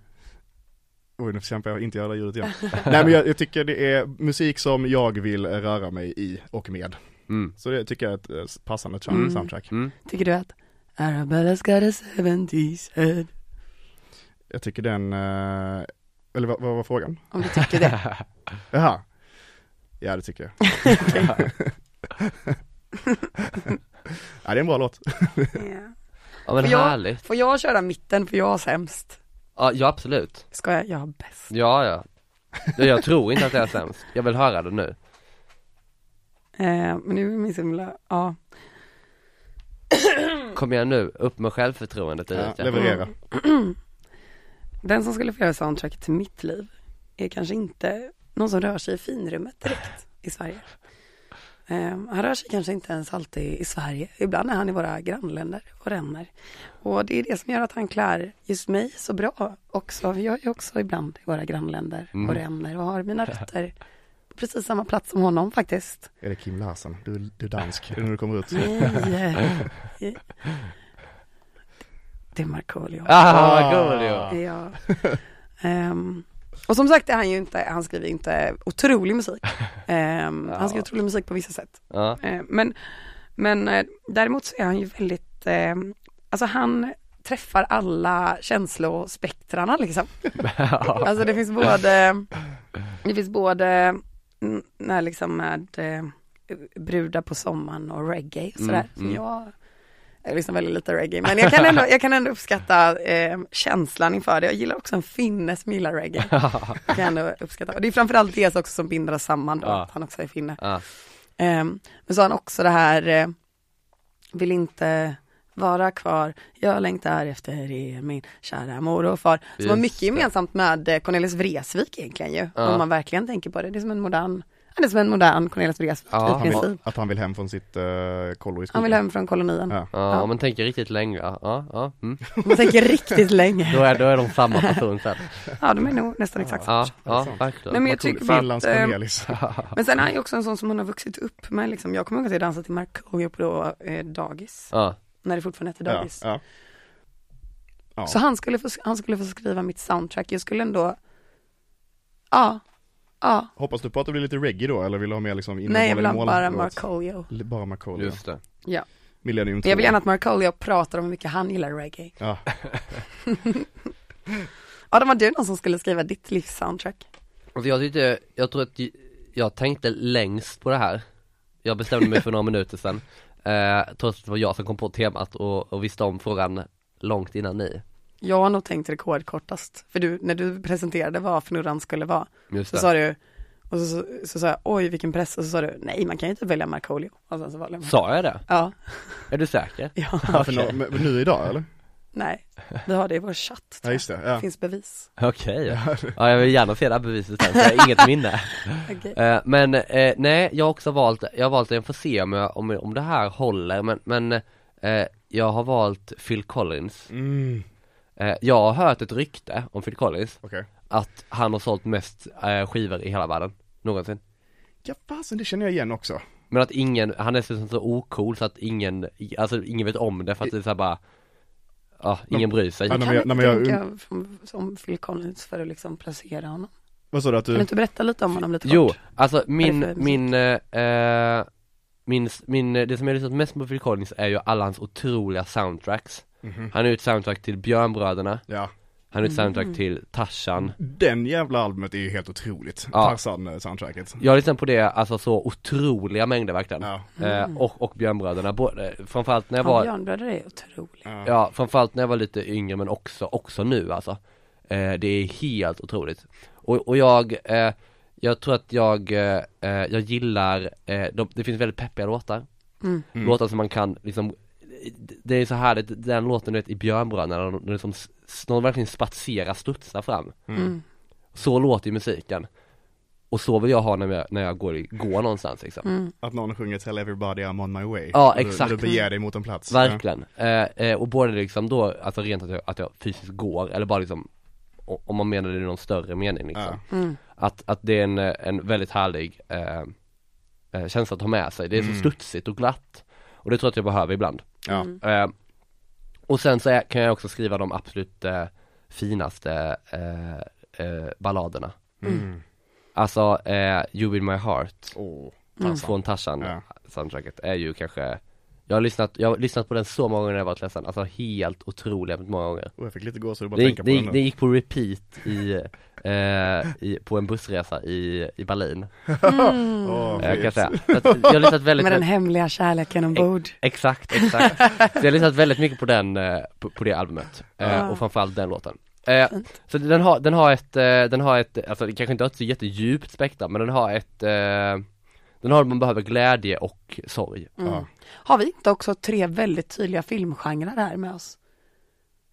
S5: Oj, nu kämpar jag inte göra det ljudet igen. Nej men jag, jag tycker det är musik som jag vill röra mig i och med.
S3: Mm.
S5: Så det tycker jag är ett eh, passande tra-
S4: Mm.
S5: soundtrack.
S3: Mm.
S4: Tycker du att Arabella's got a 70s head?
S5: Jag tycker den, eh, eller vad, vad var frågan?
S4: Om du tycker det.
S5: Jaha. Ja det tycker jag. ja det är en bra låt.
S3: Ja men
S4: Får jag-
S3: härligt.
S4: Får jag köra mitten för jag har sämst?
S3: Ja, ja absolut.
S4: Ska jag? Jag har bäst.
S3: Ja ja. Ja, Jag tror inte att det är sämst. Jag vill höra det nu.
S4: Eh, men nu är min så himla, ja.
S3: Kom igen nu, upp med självförtroendet
S5: Ja,
S3: Erika.
S5: leverera.
S4: Mm. Den som skulle få göra soundtracket till mitt liv är kanske inte någon som rör sig i finrummet direkt i Sverige. Eh, han rör sig kanske inte ens alltid i Sverige. Ibland är han i våra grannländer och ränner. Och det är det som gör att han klär just mig så bra också. Jag är ju också ibland i våra grannländer och ränner och har mina rötter på precis samma plats som honom faktiskt.
S5: Är det Kim Larsen? Du, du är dansk, Är det när du kommer ut.
S4: Nej. Det är Markoolio.
S3: Ah, vad cool ju.
S4: Ja. Ehm, och som sagt är han ju inte, han skriver ju inte otrolig musik. Ehm, Han skriver otrolig musik på vissa sätt.
S3: Ja,
S4: Ehm, men men eh, däremot så är han ju väldigt, eh, alltså han träffar alla känslospektrarna liksom. Alltså det finns både, det finns både mm, när liksom med eh, brudar på sommaren och reggae och sådär.
S3: Mm,
S4: Så
S3: mm.
S4: jag, jag lyssnar väldigt lite reggae men jag kan ändå, jag kan ändå uppskatta eh, känslan inför det. Jag gillar också en finne som gillar reggae. Jag kan ändå uppskatta. Och det är framförallt det också som binder oss samman då,
S3: Ja.
S4: att han också är finne.
S3: ja.
S4: Ehm, men så har han också det här, eh, vill inte vara kvar, jag längtar efter er, min kära mor och far. Som har
S3: Just
S4: mycket
S3: det.
S4: gemensamt med eh, Cornelis Vreeswijk egentligen ju,
S3: Ja.
S4: om man verkligen tänker på det. Det är som en modern, Han är som en modern Cornelis Vreeswijk
S3: Ja,
S4: i
S5: Han
S4: princip.
S5: vill, att han vill hem från sitt uh, kollo i skogen.
S4: Han vill hem från kolonien.
S5: Ja.
S3: Ja,
S4: Ja.
S3: om man tänker riktigt länge, ja, ja, ja mm.
S4: Man tänker riktigt länge.
S3: då, är, då är de samma person sen
S4: Ja, de är nog nästan exakt
S3: Ja,
S4: samma.
S3: ja,
S5: sant.
S3: verkligen
S4: Nej, men jag
S5: Vad kul.
S4: tycker bara att,
S5: Finlands
S4: eh,
S5: Cornelis.
S4: men sen är han ju också en sån som man har vuxit upp med liksom. Jag kommer ihåg att jag dansade till Markoolio på då, eh, dagis,
S3: Ja,
S4: när det fortfarande hette
S5: ja,
S4: dagis.
S5: ja. ja.
S4: Så han skulle, få, han skulle få skriva mitt soundtrack, jag skulle ändå, ja, ja,
S5: Hoppas du på att det blir lite reggae då, eller vill du ha mer liksom innehåll
S4: nej jag
S5: eller
S4: vill ha
S5: mål-
S4: bara
S5: låt?
S4: Markoolio.
S5: L- Bara Markoolio.
S3: just det
S4: Ja.
S5: Millennium 2.
S4: Jag vill gärna att Markoolio pratar om hur mycket han gillar reggae.
S5: Ja.
S4: Adam, var du någon som skulle skriva ditt livs soundtrack?
S3: Alltså jag tyckte, jag tror att j- jag tänkte längst på det här Jag bestämde mig för några minuter sedan eh, Trots att det var jag som kom på temat och, och visste om frågan långt innan ni
S4: Jag har nog tänkt rekordkortast, för du, när du presenterade vad fnurran skulle vara,
S3: Just
S4: så
S3: det,
S4: sa du, och så, så, så sa jag, oj vilken press, och så sa du, nej man kan ju inte välja Markoolio, och sen så valde jag Markoolio.
S3: sa jag det?
S4: Ja,
S3: Är du säker?
S4: ja,
S5: Ja, för nå- men- men nu idag eller?
S4: nej, vi har det i vår chatt,
S5: Ja
S4: tror jag.
S5: just det, ja.
S4: finns bevis.
S3: Okej, ja jag vill gärna se det här beviset sen, för jag har inget minne
S4: Okej.
S3: Eh, Men eh, nej, jag har också valt, jag har valt, jag får se om, jag, om, om det här håller, men, men eh, jag har valt Phil Collins
S5: Mm.
S3: eh, Jag har hört ett rykte om Phil Collins,
S5: Okej.
S3: att han har sålt mest eh, skivor i hela världen, någonsin
S5: Ja fasen, det känner jag igen också.
S3: Men att ingen, han är dessutom så ocool så att ingen, alltså ingen vet om det för att det är såhär bara Ja, ingen bryr sig
S5: Ja,
S4: Kan
S5: när man gör- när man
S4: du inte
S5: gör-
S4: tänka från- som Phil Collins för att liksom placera honom?
S5: Vad sa du att
S4: Kan du
S5: du?
S4: inte berätta lite om honom lite
S3: Jo,
S4: kort?
S3: alltså
S4: Vad är det
S3: min,
S4: för
S3: min, eh, eh, min, min, eh, det som jag har lyssnat mest på Phil Collins är ju alla hans otroliga soundtracks
S4: Mhm.
S3: Han har ju ett soundtrack till Björnbröderna,
S5: Ja.
S3: han har ett soundtrack
S4: Mm.
S3: till Tarzan
S5: Den jävla albumet är ju helt otroligt. eh,
S3: Ja.
S5: Tarzan-soundtracket.
S3: Jag har lyssnat på det, alltså så otroliga mängder verkligen
S5: Ja.
S3: eh, och, och Björnbröderna, både, framförallt när jag
S4: Mm. Ja,
S3: var
S4: Björnbröder är otroligt.
S3: Ja, framförallt när jag var lite yngre men också, också nu alltså eh, Det är helt otroligt Och, och jag, eh, jag tror att jag, eh, eh, jag gillar, eh, de, det finns väldigt peppiga låtar
S4: Mm.
S3: Låtar som man kan liksom Det är så härligt, den låten du vet i Björnbröderna, när de, som, de verkligen spatserar, studsar fram
S4: Mm.
S3: Så låter ju musiken Och så vill jag ha när jag, när jag går, i- går någonstans liksom
S4: Mm.
S5: Att någon sjunger Tell everybody I'm on my way.
S3: Ja,
S5: När du-
S3: exakt.
S5: När du beger dig mot en plats.
S3: Verkligen, eh, eh, och både liksom då, alltså rent att jag, att jag fysiskt går eller bara liksom o- Om man menar det i någon större mening liksom
S4: Mm.
S3: att, att det är en, eh, en väldigt härlig eh, eh, känsla att ha med sig, det är så studsigt och glatt Och det tror jag att jag behöver ibland
S5: Ja.
S4: Mm.
S3: eh, Och sen så är, kan jag också skriva de absolut eh, finaste eh, eh, balladerna
S5: Mm.
S3: Alltså eh, You With My Heart
S5: Åh.
S4: Mm.
S3: från Tarzan
S5: Ja.
S3: soundtracket är ju kanske jag har, lyssnat, jag har lyssnat på den så många gånger när jag varit ledsen, alltså helt otroligt många gånger
S5: Och jag fick lite gåshud bara
S3: Det,
S5: att
S3: gick-
S5: tänka på
S3: det,
S5: den
S3: gick- det
S5: nu.
S3: gick på repeat i, eh, i, på en bussresa i, i Berlin,
S5: Åh,
S3: eh,
S4: Mm.
S3: kan jag
S5: fint.
S3: säga Så att Jag har lyssnat väldigt
S4: Med den hemliga kärleken ombord.
S3: Exakt, exakt. Så jag har lyssnat väldigt mycket på den, eh, på, på det albumet. Eh, och framförallt den låten. Eh, så den har, den har ett, eh, den har ett, alltså det kanske inte har ett så jättedjupt spektra men den har ett, eh, den har, man behöver glädje och sorg.
S5: Ja.
S4: Mm. Har vi inte också tre väldigt tydliga filmgenrer här med oss?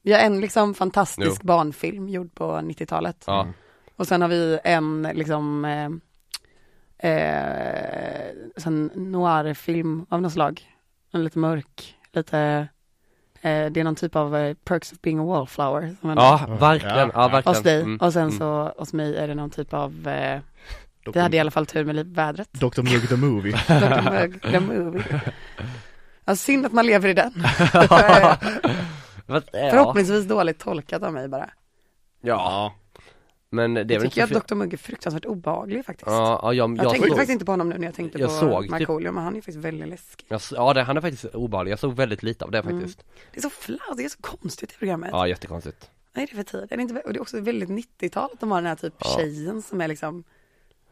S4: Vi har en liksom fantastisk barnfilm gjord på 90-talet.
S3: Ja.
S5: Mm.
S4: Och sen har vi en liksom eh, eh, sån noir-film av något slag. En lite mörk, lite, eh, det är någon typ av eh, Perks of being a wallflower. Som en,
S3: Ja, verkligen, ja,
S5: Ja, ja.
S3: verkligen.
S4: Hos dig.
S3: Mm. Mm.
S4: Och sen så hos mig är det någon typ av, eh, vi hade i alla fall tur med li- vädret.
S5: Dr. Mugg the Movie.
S4: Dr. Mugg, the movie. Ja, synd att man lever i den. Eh,
S3: Fast, eh, ja.
S4: Förhoppningsvis dåligt tolkat av mig bara.
S3: ja. Men det är
S4: Jag
S3: väl
S4: tycker
S3: inte
S4: att
S3: så fel-
S4: Dr. Mugg är fruktansvärt obehaglig faktiskt.
S3: Ja, ja, jag,
S4: Jag,
S3: jag,
S4: tänkte
S3: såg,
S4: faktiskt inte på honom nu när jag tänkte
S3: jag
S4: på
S3: såg typ-
S4: Markoolio, men han är faktiskt väldigt läskig.
S3: jag, s- ja det, han är faktiskt obehaglig, jag såg väldigt lite av det
S4: Mm.
S3: faktiskt.
S4: Det är så fladd, det är så konstigt i programmet.
S3: Ja, jättekonstigt.
S4: Vad är det för tid? Är det inte, och det är också väldigt 90-tal att de har den här typ tjejen som är liksom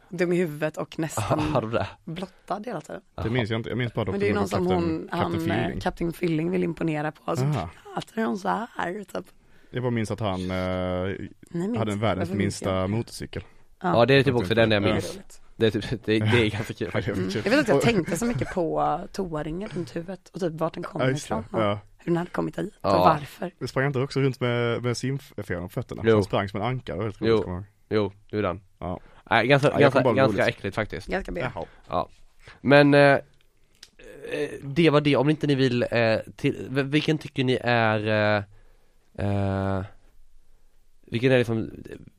S4: dum i huvudet och
S3: Ja,
S4: nästan
S3: de där.
S4: blottad hela tiden.
S5: Det minns jag inte, jag minns bara Dr.
S4: Men det är ju
S5: Mugg
S4: någon
S5: och
S4: som hon,
S5: Captain,
S4: han,
S5: Captain
S4: eh,
S5: Feeling.
S4: Captain Filling vill imponera på. Alltså
S5: Aha.
S4: pratar hon så här typ.
S5: Jag bara minns att han eh,
S4: Ni minns
S5: hade en världens
S4: varför minns jag
S5: minsta motorcykel.
S3: Ja, det är typ också den jag
S5: Ja.
S3: minns.
S4: roligt.
S3: Det är, typ, det, det är ganska kul
S5: Ja, det
S3: faktiskt.
S5: var kul.
S4: Jag vet att jag
S5: Och-
S4: tänkte så mycket på toaringen runt huvudet och typ vart den
S5: Ja,
S4: kommer
S5: just det.
S4: ifrån. och
S5: Ja.
S4: Hur den hade kommit hit och
S3: Ja.
S4: varför.
S5: Det sprang inte också runt med, med simfjädern på fötterna?
S3: Jo.
S5: Han sprang som en anka, det var helt
S3: Jo.
S5: roligt, kommer jag ihåg.
S3: Jo, det är den.
S5: Ja.
S3: Nej, ganska,
S5: Ja, jag
S3: ganska,
S5: kom bara med
S3: ganska
S5: roligt.
S3: äckligt faktiskt.
S4: Ganska B.
S5: Jaha.
S3: Ja. Men eh, eh, det var det, om inte ni vill, eh, till, v- vilken tycker ni är eh, eh, Vilken är liksom,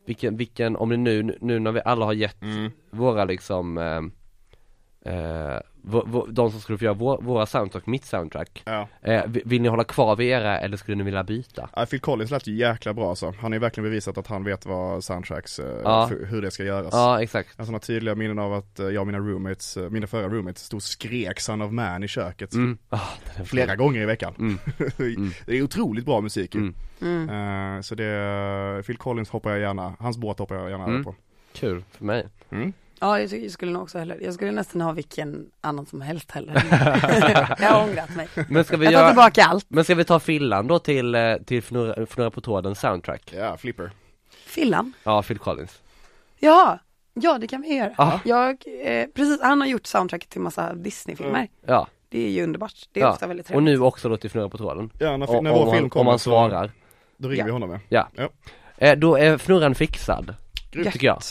S3: vilken, vilken, om ni nu, nu när vi alla har gett
S5: Mm.
S3: våra liksom eh, eh, vå- vå- De som skulle få göra vår, våra soundtrack, mitt soundtrack
S5: Ja.
S3: eh, vi- Vill ni hålla kvar vid era eller skulle ni vilja byta?
S5: Ja, Phil Collins lät ju jäkla bra alltså. Han har ju verkligen bevisat att han vet vad soundtracks, eh,
S3: Ja.
S5: fu- hur det ska göras.
S3: Ja exakt
S5: Alltså, han har tydliga minnen av att eh, jag och mina roommates, eh, mina förra roommates, stod och skrek Son of Man i köket
S3: mm. Ah, den är
S5: flera gånger i veckan.
S3: Mm.
S5: det är otroligt bra musik ju.
S3: Mm.
S4: Mm.
S5: Eh, Så det, Phil Collins hoppar jag gärna, hans båt hoppar jag gärna
S3: Mm.
S5: över på.
S3: Kul för mig
S5: Mm.
S4: Ja, jag, tycker- jag skulle nog också hellre, jag skulle nästan ha vilken annan som helst heller. jag har ångrat mig.
S3: Men ska vi
S4: Jag tar
S3: göra
S4: tillbaka allt.
S3: Men ska vi ta Fillan då till, eh, till Fnurra, Fnurra på tråden soundtrack?
S5: Ja, Flipper.
S4: Fillan.
S3: Ja, Phil Collins
S4: Ja, ja det kan vi göra.
S3: Ja.
S4: Jag, eh, precis, han har gjort soundtracket till massa Disney-filmer.
S3: Ja,
S4: Det är ju underbart. Det är
S3: Mm. ja.
S4: ofta väldigt
S3: och
S4: trevligt.
S3: nu också då till Fnurra på tråden
S5: Ja, när, fi-
S3: Och-
S5: när vår
S3: om,
S5: film
S3: han, om
S5: kommer
S3: han
S5: så,
S3: svarar
S5: då ringer
S4: Ja.
S5: vi honom med.
S3: Ja,
S5: Ja.
S3: Eh, Då är Fnurran fixad
S5: Grymt.
S3: Tycker jag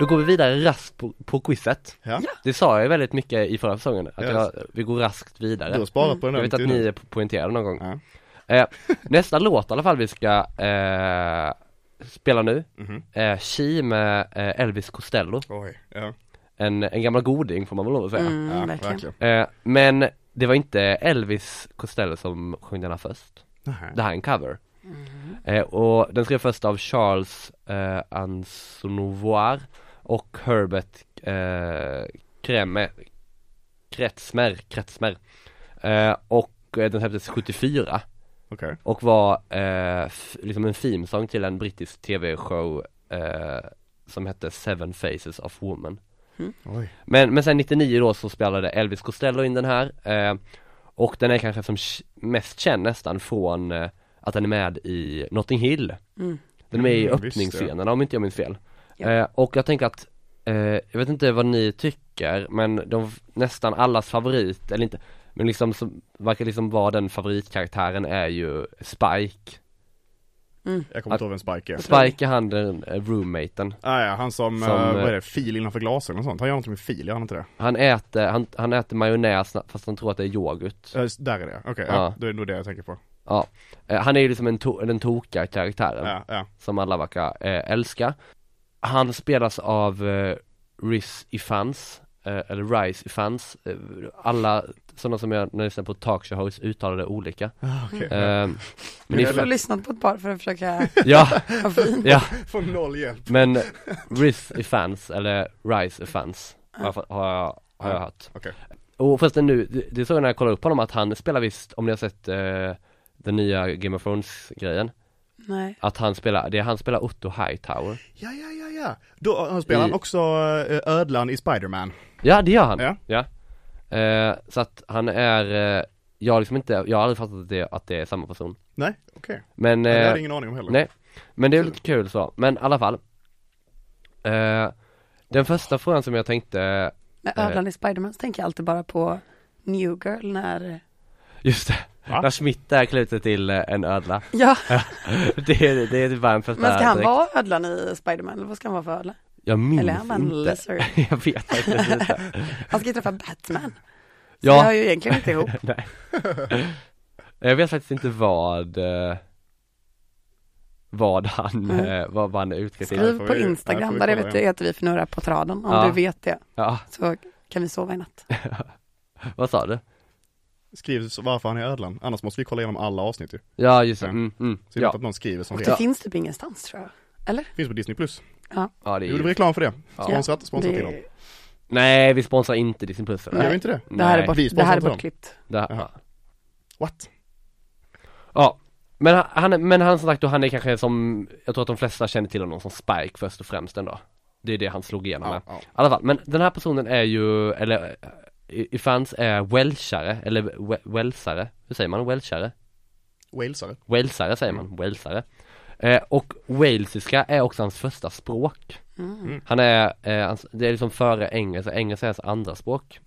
S3: Då går vi vidare raskt på, på quizet
S5: Ja.
S4: Ja.
S3: Det sa jag väldigt mycket i förra säsongen, att
S5: Yes.
S3: jag, vi går raskt vidare
S5: Du har sparat
S4: Mm.
S5: på den
S3: Jag
S5: här
S3: vet att
S5: till
S3: ni
S5: nu.
S3: är po- poängterade någon gång
S5: Ja.
S3: eh, Nästa låt i alla fall vi ska eh, spela nu
S5: Mhm.
S3: eh, She med eh, Elvis Costello
S5: Oj, ja.
S3: en, en gammal goding får man väl lov att säga
S4: Mm,
S5: ja
S4: verkligen.
S5: verkligen.
S3: Eh, men det var inte Elvis Costello som sjöng den här först.
S5: Nej.
S3: Det här är en cover. Eh, och den skrevs först av Charles eh, Ansonovoar och Herbert eh, Kreme, Kretsmer, Kretsmer. Eh, och eh, den släpptes 74
S5: Okej.
S3: och var eh, f- liksom en themesång till en brittisk tv-show eh, som hette Seven Faces of Woman.
S5: Oj.
S3: Men, men sen 99 då så spelade Elvis Costello in den här eh, Och den är kanske som ch- mest känd nästan från eh, att den är med i Notting Hill
S4: Mm.
S3: Den är med i
S5: Mm, visst,
S3: öppningsscenerna om inte jag minns fel
S4: Ja.
S3: eh, Och jag tänker att eh, Jag vet inte vad ni tycker men de, nästan allas favorit, eller inte Men liksom som verkar liksom vara den favoritkaraktären är ju Spike
S5: Jag kommer inte ihåg vem Spike är.
S3: Spike är han den eh, roommaten
S5: Ah, ja, han som,
S3: Som,
S5: eh, vad
S3: eh,
S5: är det, fil innanför glasen och sånt. Han gör någonting med fil, gör han inte det?
S3: Han äter, han, han äter majonnäs fast han tror att det är yoghurt
S5: Eh, s- där är det, okej.
S3: Ja.
S5: ja. Det är nog det jag tänker på.
S3: Ja, eh, han är ju liksom en to- den tokiga karaktären
S5: Ja, ja.
S3: som alla verkar eh, älska Han spelas av eh, Riz Ifans, eh, eller Rice Ifans eh, Alla sådana som jag, när jag lyssnar på talkshows uttalar det olika
S5: Ah, okej.
S3: eh, Men
S4: Jag skulle
S3: if-
S4: ha lyssnat på ett par för att försöka
S3: ja,
S4: vara fin.
S3: ja,
S5: Får noll hjälp.
S3: men Riz Ifans, eller Rice Ifans har jag, har jag, har jag hört
S5: Ah. Okej.
S3: Och förresten nu, det- det såg jag när jag kollade upp honom att han spelar visst, om ni har sett eh, den nya Game of Thrones grejen
S4: Nej.
S3: Att han spelar, det är han spelar Otto Hightower
S5: Ja, ja, ja, ja. Då han spelar
S3: I-
S5: han också eh, ödlan i Spider-Man.
S3: Ja det gör han!
S5: Ja.
S3: Eh, så att han är, eh, jag har liksom inte, jag har aldrig fattat att det, att det är samma person
S5: Nej, okej.
S3: Men,
S5: Det hade
S3: eh,
S5: jag ingen aning om heller.
S3: nej, men det är väl lite kul så, men i alla fall eh, Den första frågan som jag tänkte,
S4: Med ödlan i Spiderman så tänker jag alltid bara på New Girl när,
S3: just det,
S5: Va?
S3: när Schmitt är kluten till eh, en ödla
S4: ja,
S3: Det är, det är typ bara en första
S4: men ska han
S3: direkt-
S4: vara ödlan i Spiderman eller vad ska han vara för ödla?
S3: Jag minns
S4: Eller är han bara en
S3: inte
S4: lizard?
S3: Jag vet faktiskt inte
S4: Han ska ju träffa Batman. Så
S3: Ja.
S4: det hör ju egentligen inte ihop.
S3: Nej Jag vet faktiskt inte vad eh, Vad han,
S4: Mm.
S3: eh, vad, vad han är ute till
S5: får
S4: Skriv på
S5: vi- det får
S4: Instagram,
S5: vi
S4: där det
S5: kolla
S4: vet du,
S5: igen.
S4: heter vi Fnurra på traden. Om
S3: Ja.
S4: du vet det
S3: Ja,
S4: så kan vi sova i natt.
S3: vad sa du?
S5: Skriv så- varför han är ödlan, annars måste vi kolla igenom alla avsnitt ju.
S3: Ja just det,
S5: Ja.
S3: mm, mm.
S5: Så det är inte
S3: Ja.
S5: att någon skriver som
S4: Och
S5: det.
S4: det finns typ ingenstans tror jag. Eller?
S5: Finns på Disney Plus.
S3: ja, det är
S5: Gjorde vi
S3: ju...
S5: reklam för det?
S3: Ja.
S5: Sponsrat, sponsrat
S4: Det-
S5: till dem.
S3: Nej vi sponsrar inte Disney Plus eller?
S5: Gör vi inte det?
S4: Det här är,
S3: Nej,
S4: bort,
S5: vi
S4: det här är
S5: sponsrar
S4: bortklippt.
S3: det här-
S5: Jaha. What?
S3: Ja, men han- han, är- men han som sagt då, han är kanske som, jag tror att de flesta känner till honom som Spike först och främst ändå Det är det han slog igenom med
S5: Ja, ja.
S3: I alla fall, men den här personen är ju, eller eh, i i fans är welshare, eller we- welsare, hur säger man welshare?
S5: Walesare.
S3: Walesare säger man, walesare eh, Och walesiska är också hans första språk Han är, eh, hans, det är liksom före engelska, engelska är hans andra språk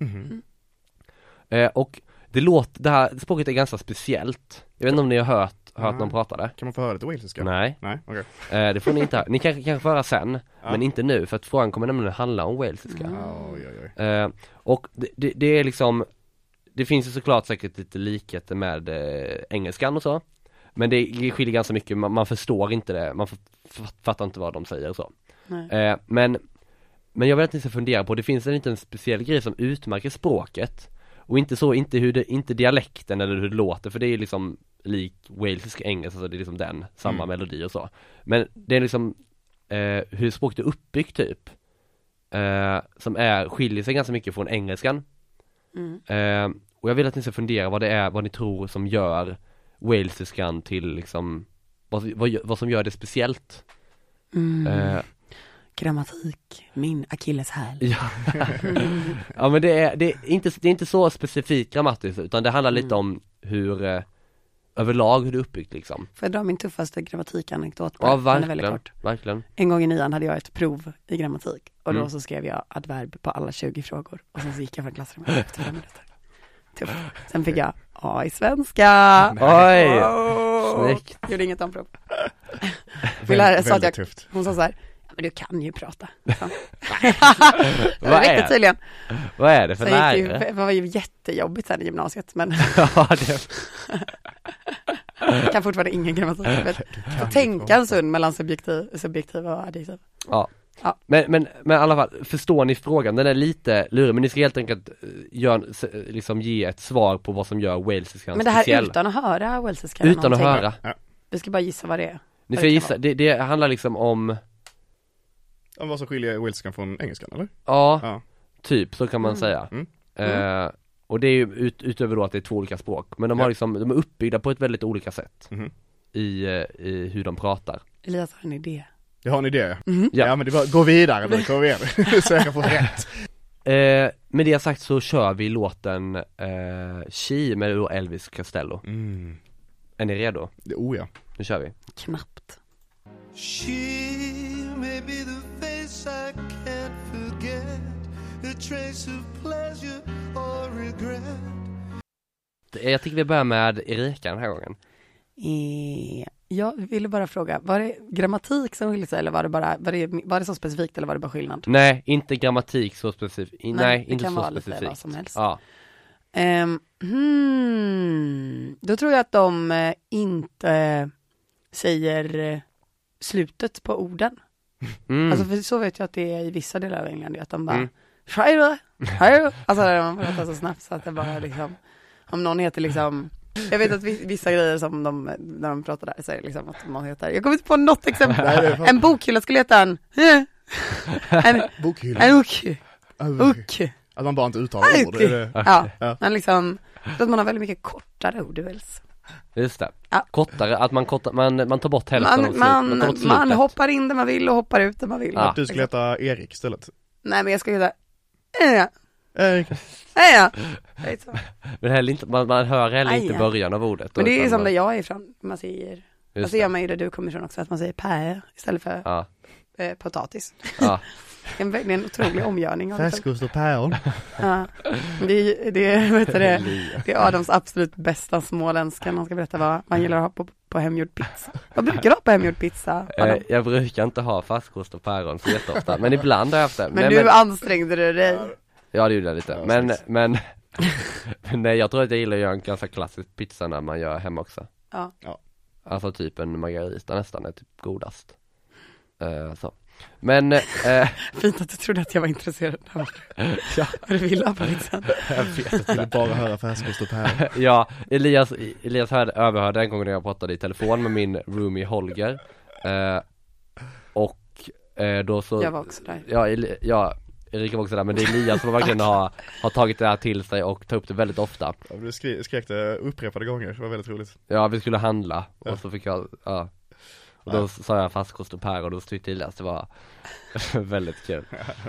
S3: eh, Och det låter, det här språket är ganska speciellt Jag vet inte om ni har hört hört någon
S5: Nej.
S3: prata det?
S5: Kan man få höra lite walesiska?
S3: Nej,
S5: Nej, okej.
S3: eh, det får ni inte höra. Ni kanske kan få höra sen,
S5: Ja.
S3: men inte nu för att frågan kommer nämligen handla om walesiska
S5: Oj, oj, oj.
S3: Eh, och det, det, det är liksom Det finns ju såklart säkert lite likheter med eh, engelskan och så Men det skiljer ganska mycket, man, man förstår inte det, man f- f- fattar inte vad de säger och så
S4: Nej.
S3: eh, Men Men jag vill att ni ska fundera på, det finns inte en speciell grej som utmärker språket Och inte så, inte hur det, inte dialekten eller hur det låter för det är ju liksom lik walesisk engelska, så det är liksom den, samma
S5: Mm.
S3: melodi och så Men det är liksom eh, hur språket är uppbyggt typ eh, Som är, skiljer sig ganska mycket från engelskan
S4: Mm.
S3: eh, Och jag vill att ni ska fundera vad det är, vad ni tror som gör walesiskan till liksom vad, vad, vad som gör det speciellt
S4: Mm.
S3: eh,
S4: Grammatik, min akilleshäl.
S3: Ja, ja men det är, det, är inte, det är inte så specifikt grammatiskt utan det handlar
S4: Mm.
S3: lite om hur eh, Överlag hur det är uppbyggt liksom
S4: Får jag dra min tuffaste grammatikanekdot? bara?
S3: Ja
S4: Den är väldigt
S3: verkligen,
S4: kort.
S3: verkligen
S4: En gång i nian hade jag ett prov i grammatik och då
S3: Mm.
S4: så skrev jag adverb på alla 20 frågor och sen så gick jag från klassrummet efter fem minuter. Tufft. Sen fick jag A i svenska.
S3: Oj!
S4: Wow.
S3: Snyggt.
S4: Gjorde inget omprov.
S5: Väl-
S4: lärare sa att
S5: väldigt
S4: jag-
S5: tufft.
S4: Hon sa så här, "Ja, men du kan ju prata. Så.
S3: Vad är
S4: Riktigt
S3: det?
S4: tydligen.
S3: Vad är det för
S4: Sen gick
S3: lärare?
S4: det ju, det var ju jättejobbigt sen i gymnasiet men
S3: ja, det,
S4: jag kan fortfarande ingen grammatik. Men får tänka en stund mellan subjektiv, subjektiv och adjektiv.
S3: ja.
S4: Ja.
S3: Men, men, men i alla fall, förstår ni frågan? Den är lite lurig men ni ska helt enkelt eh, göra, s- eh, liksom ge ett svar på vad som gör walesiskan
S4: Men det här
S3: speciell
S4: utan att höra walesiska. eller
S3: Utan att
S4: någonting.
S3: höra,
S5: Ja.
S4: Vi ska bara gissa vad det
S3: ni
S4: är. vad
S3: ska
S4: det kan
S3: gissa,
S4: vara.
S3: det, det handlar liksom om
S5: Ja, Vad som skiljer walesiskan från engelskan, eller?
S3: Ja,
S5: Ja.
S3: typ så kan man säga
S5: Mm.
S3: Eh, Och det är ju ut, utöver då att det är två olika språk Men de, har
S5: Ja.
S3: liksom, de är uppbyggda på ett väldigt olika sätt
S5: Mhm.
S3: i, eh, i hur de pratar
S4: Elias har en idé.
S5: Jag har en idé.
S3: Ja.
S5: Ja, men det var, gå vidare nu, kom igen. Så jag kan få rätt.
S3: eh, Med det sagt så kör vi låten eh, She med då Elvis Costello
S5: Mm.
S3: Är ni redo?
S5: Det, oh ja.
S3: Nu kör vi
S4: Knappt.
S6: She may be the face I can't forget, a trace of pleasure or regret.
S3: Eh, Jag tycker vi börjar med Erika den här gången
S4: Eh, jag ville bara fråga, var det grammatik som skiljer sig eller var det bara, var det, var det så specifikt eller var det bara skillnad?
S3: Nej, inte grammatik så specifikt Nej,
S4: Nej,
S3: Nej
S4: det
S3: inte
S4: kan
S3: så
S4: vara lite
S3: specifikt
S4: vad som helst.
S3: Ja,
S4: Ehm, hmm, då tror jag att de eh, inte säger eh, slutet på orden.
S3: mm.
S4: Alltså för så vet jag att det är i vissa delar av England, att de bara
S3: Mm.
S4: mm. Alltså där man pratar så snabbt så att det bara liksom, om någon heter liksom jag vet att vi- vissa grejer som de, när de pratar där, så är det liksom att man heter, jag kommer inte på något exempel.
S5: det är fan-
S4: En bokhylla skulle heta en, en,
S5: Bokhylla.
S4: en uck, uck.
S5: Att man bara inte uttalar ord. Är det...
S4: Ja,
S5: Ja.
S4: men liksom, så att man har väldigt mycket kortare ord väls.
S3: just det
S4: Ja.
S3: Kortare, att man, kortar, man, man tar bort hälften av
S4: Man,
S3: slut-
S4: man,
S3: tar bort
S4: man
S3: slutet.
S4: hoppar in där man vill och hoppar ut där man vill. Liksom.
S3: Ja.
S5: Du skulle heta Erik istället.
S4: Nej men jag ska heta, ja,
S5: Erik.
S4: ja, ja.
S3: Men heller inte, man, man hör heller
S4: Aj,
S3: inte
S4: ja.
S3: början av ordet
S4: Men det är
S3: utan
S4: ju som
S3: man-
S4: där jag är ifrån, man säger,
S3: just
S4: alltså
S3: det.
S4: gör man ju där du kommer ifrån också, att man säger pä istället för
S3: Ja,
S4: eh, potatis.
S3: ja,
S4: Det är en, det är en otrolig omgörning av det.
S5: Färskost och päron.
S4: Ja. Det är, det, är, vet du det, det är Adams absolut bästa småländska, man ska berätta vad man gillar att ha på, på hemgjord pizza. Vad brukar du ha på hemgjord pizza, Adam?
S3: eh, jag brukar inte ha färskost och päron så jätteofta, men ibland har jag haft det
S4: Men
S3: Nej,
S4: du
S3: men,
S4: ansträngde du dig.
S3: Ja det gjorde jag lite,
S5: Ja,
S3: men,
S5: precis.
S3: men Nej jag tror att jag gillar att göra en ganska klassisk pizza när man gör hemma också
S4: Ja.
S5: Ja.
S3: Alltså typ en margarita nästan är typ godast eh, så. Men, eh,
S4: Fint att du trodde att jag var intresserad av
S3: Ja.
S4: vad du ville ha på pizzan.
S5: Jag ville bara höra färskost och päron.
S3: ja, Elias, Elias hörde, överhörde en gång när jag pratade i telefon med min roomie Holger eh, Och eh, då så
S4: Jag var också där.
S3: Ja, Eli- ja Erika var också där, men det är Elias som verkligen har, har tagit det här till sig och tar upp det väldigt ofta
S5: Ja, men Du skri- skrek det upprepade gånger, det var väldigt roligt.
S3: Ja, vi skulle handla
S5: Ja.
S3: och så fick jag, ja Och då sa jag fastkost och päron och då tyckte Elias det var väldigt kul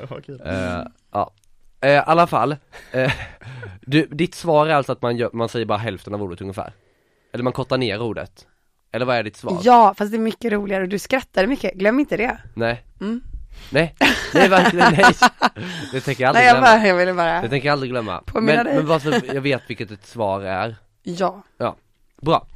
S5: Vad kul.
S3: Eh, Ja, Eh, i alla fall eh, du, Ditt svar är alltså att man, gör, man säger bara hälften av ordet ungefär? Eller man kortar ner ordet? Eller vad är ditt svar?
S4: Ja, fast det är mycket roligare och du skrattar mycket, glöm inte det.
S3: Nej?
S4: Mm.
S3: Nej, nej verkligen nej! Det tänker jag aldrig
S4: Nej, jag,
S3: glömma
S4: bara, jag ville
S3: Det
S4: bara,
S3: tänker jag aldrig glömma
S4: Påminna
S3: Men,
S4: dig.
S3: men bara så jag vet vilket ditt svar är
S4: ja.
S5: Mm.
S3: Bra.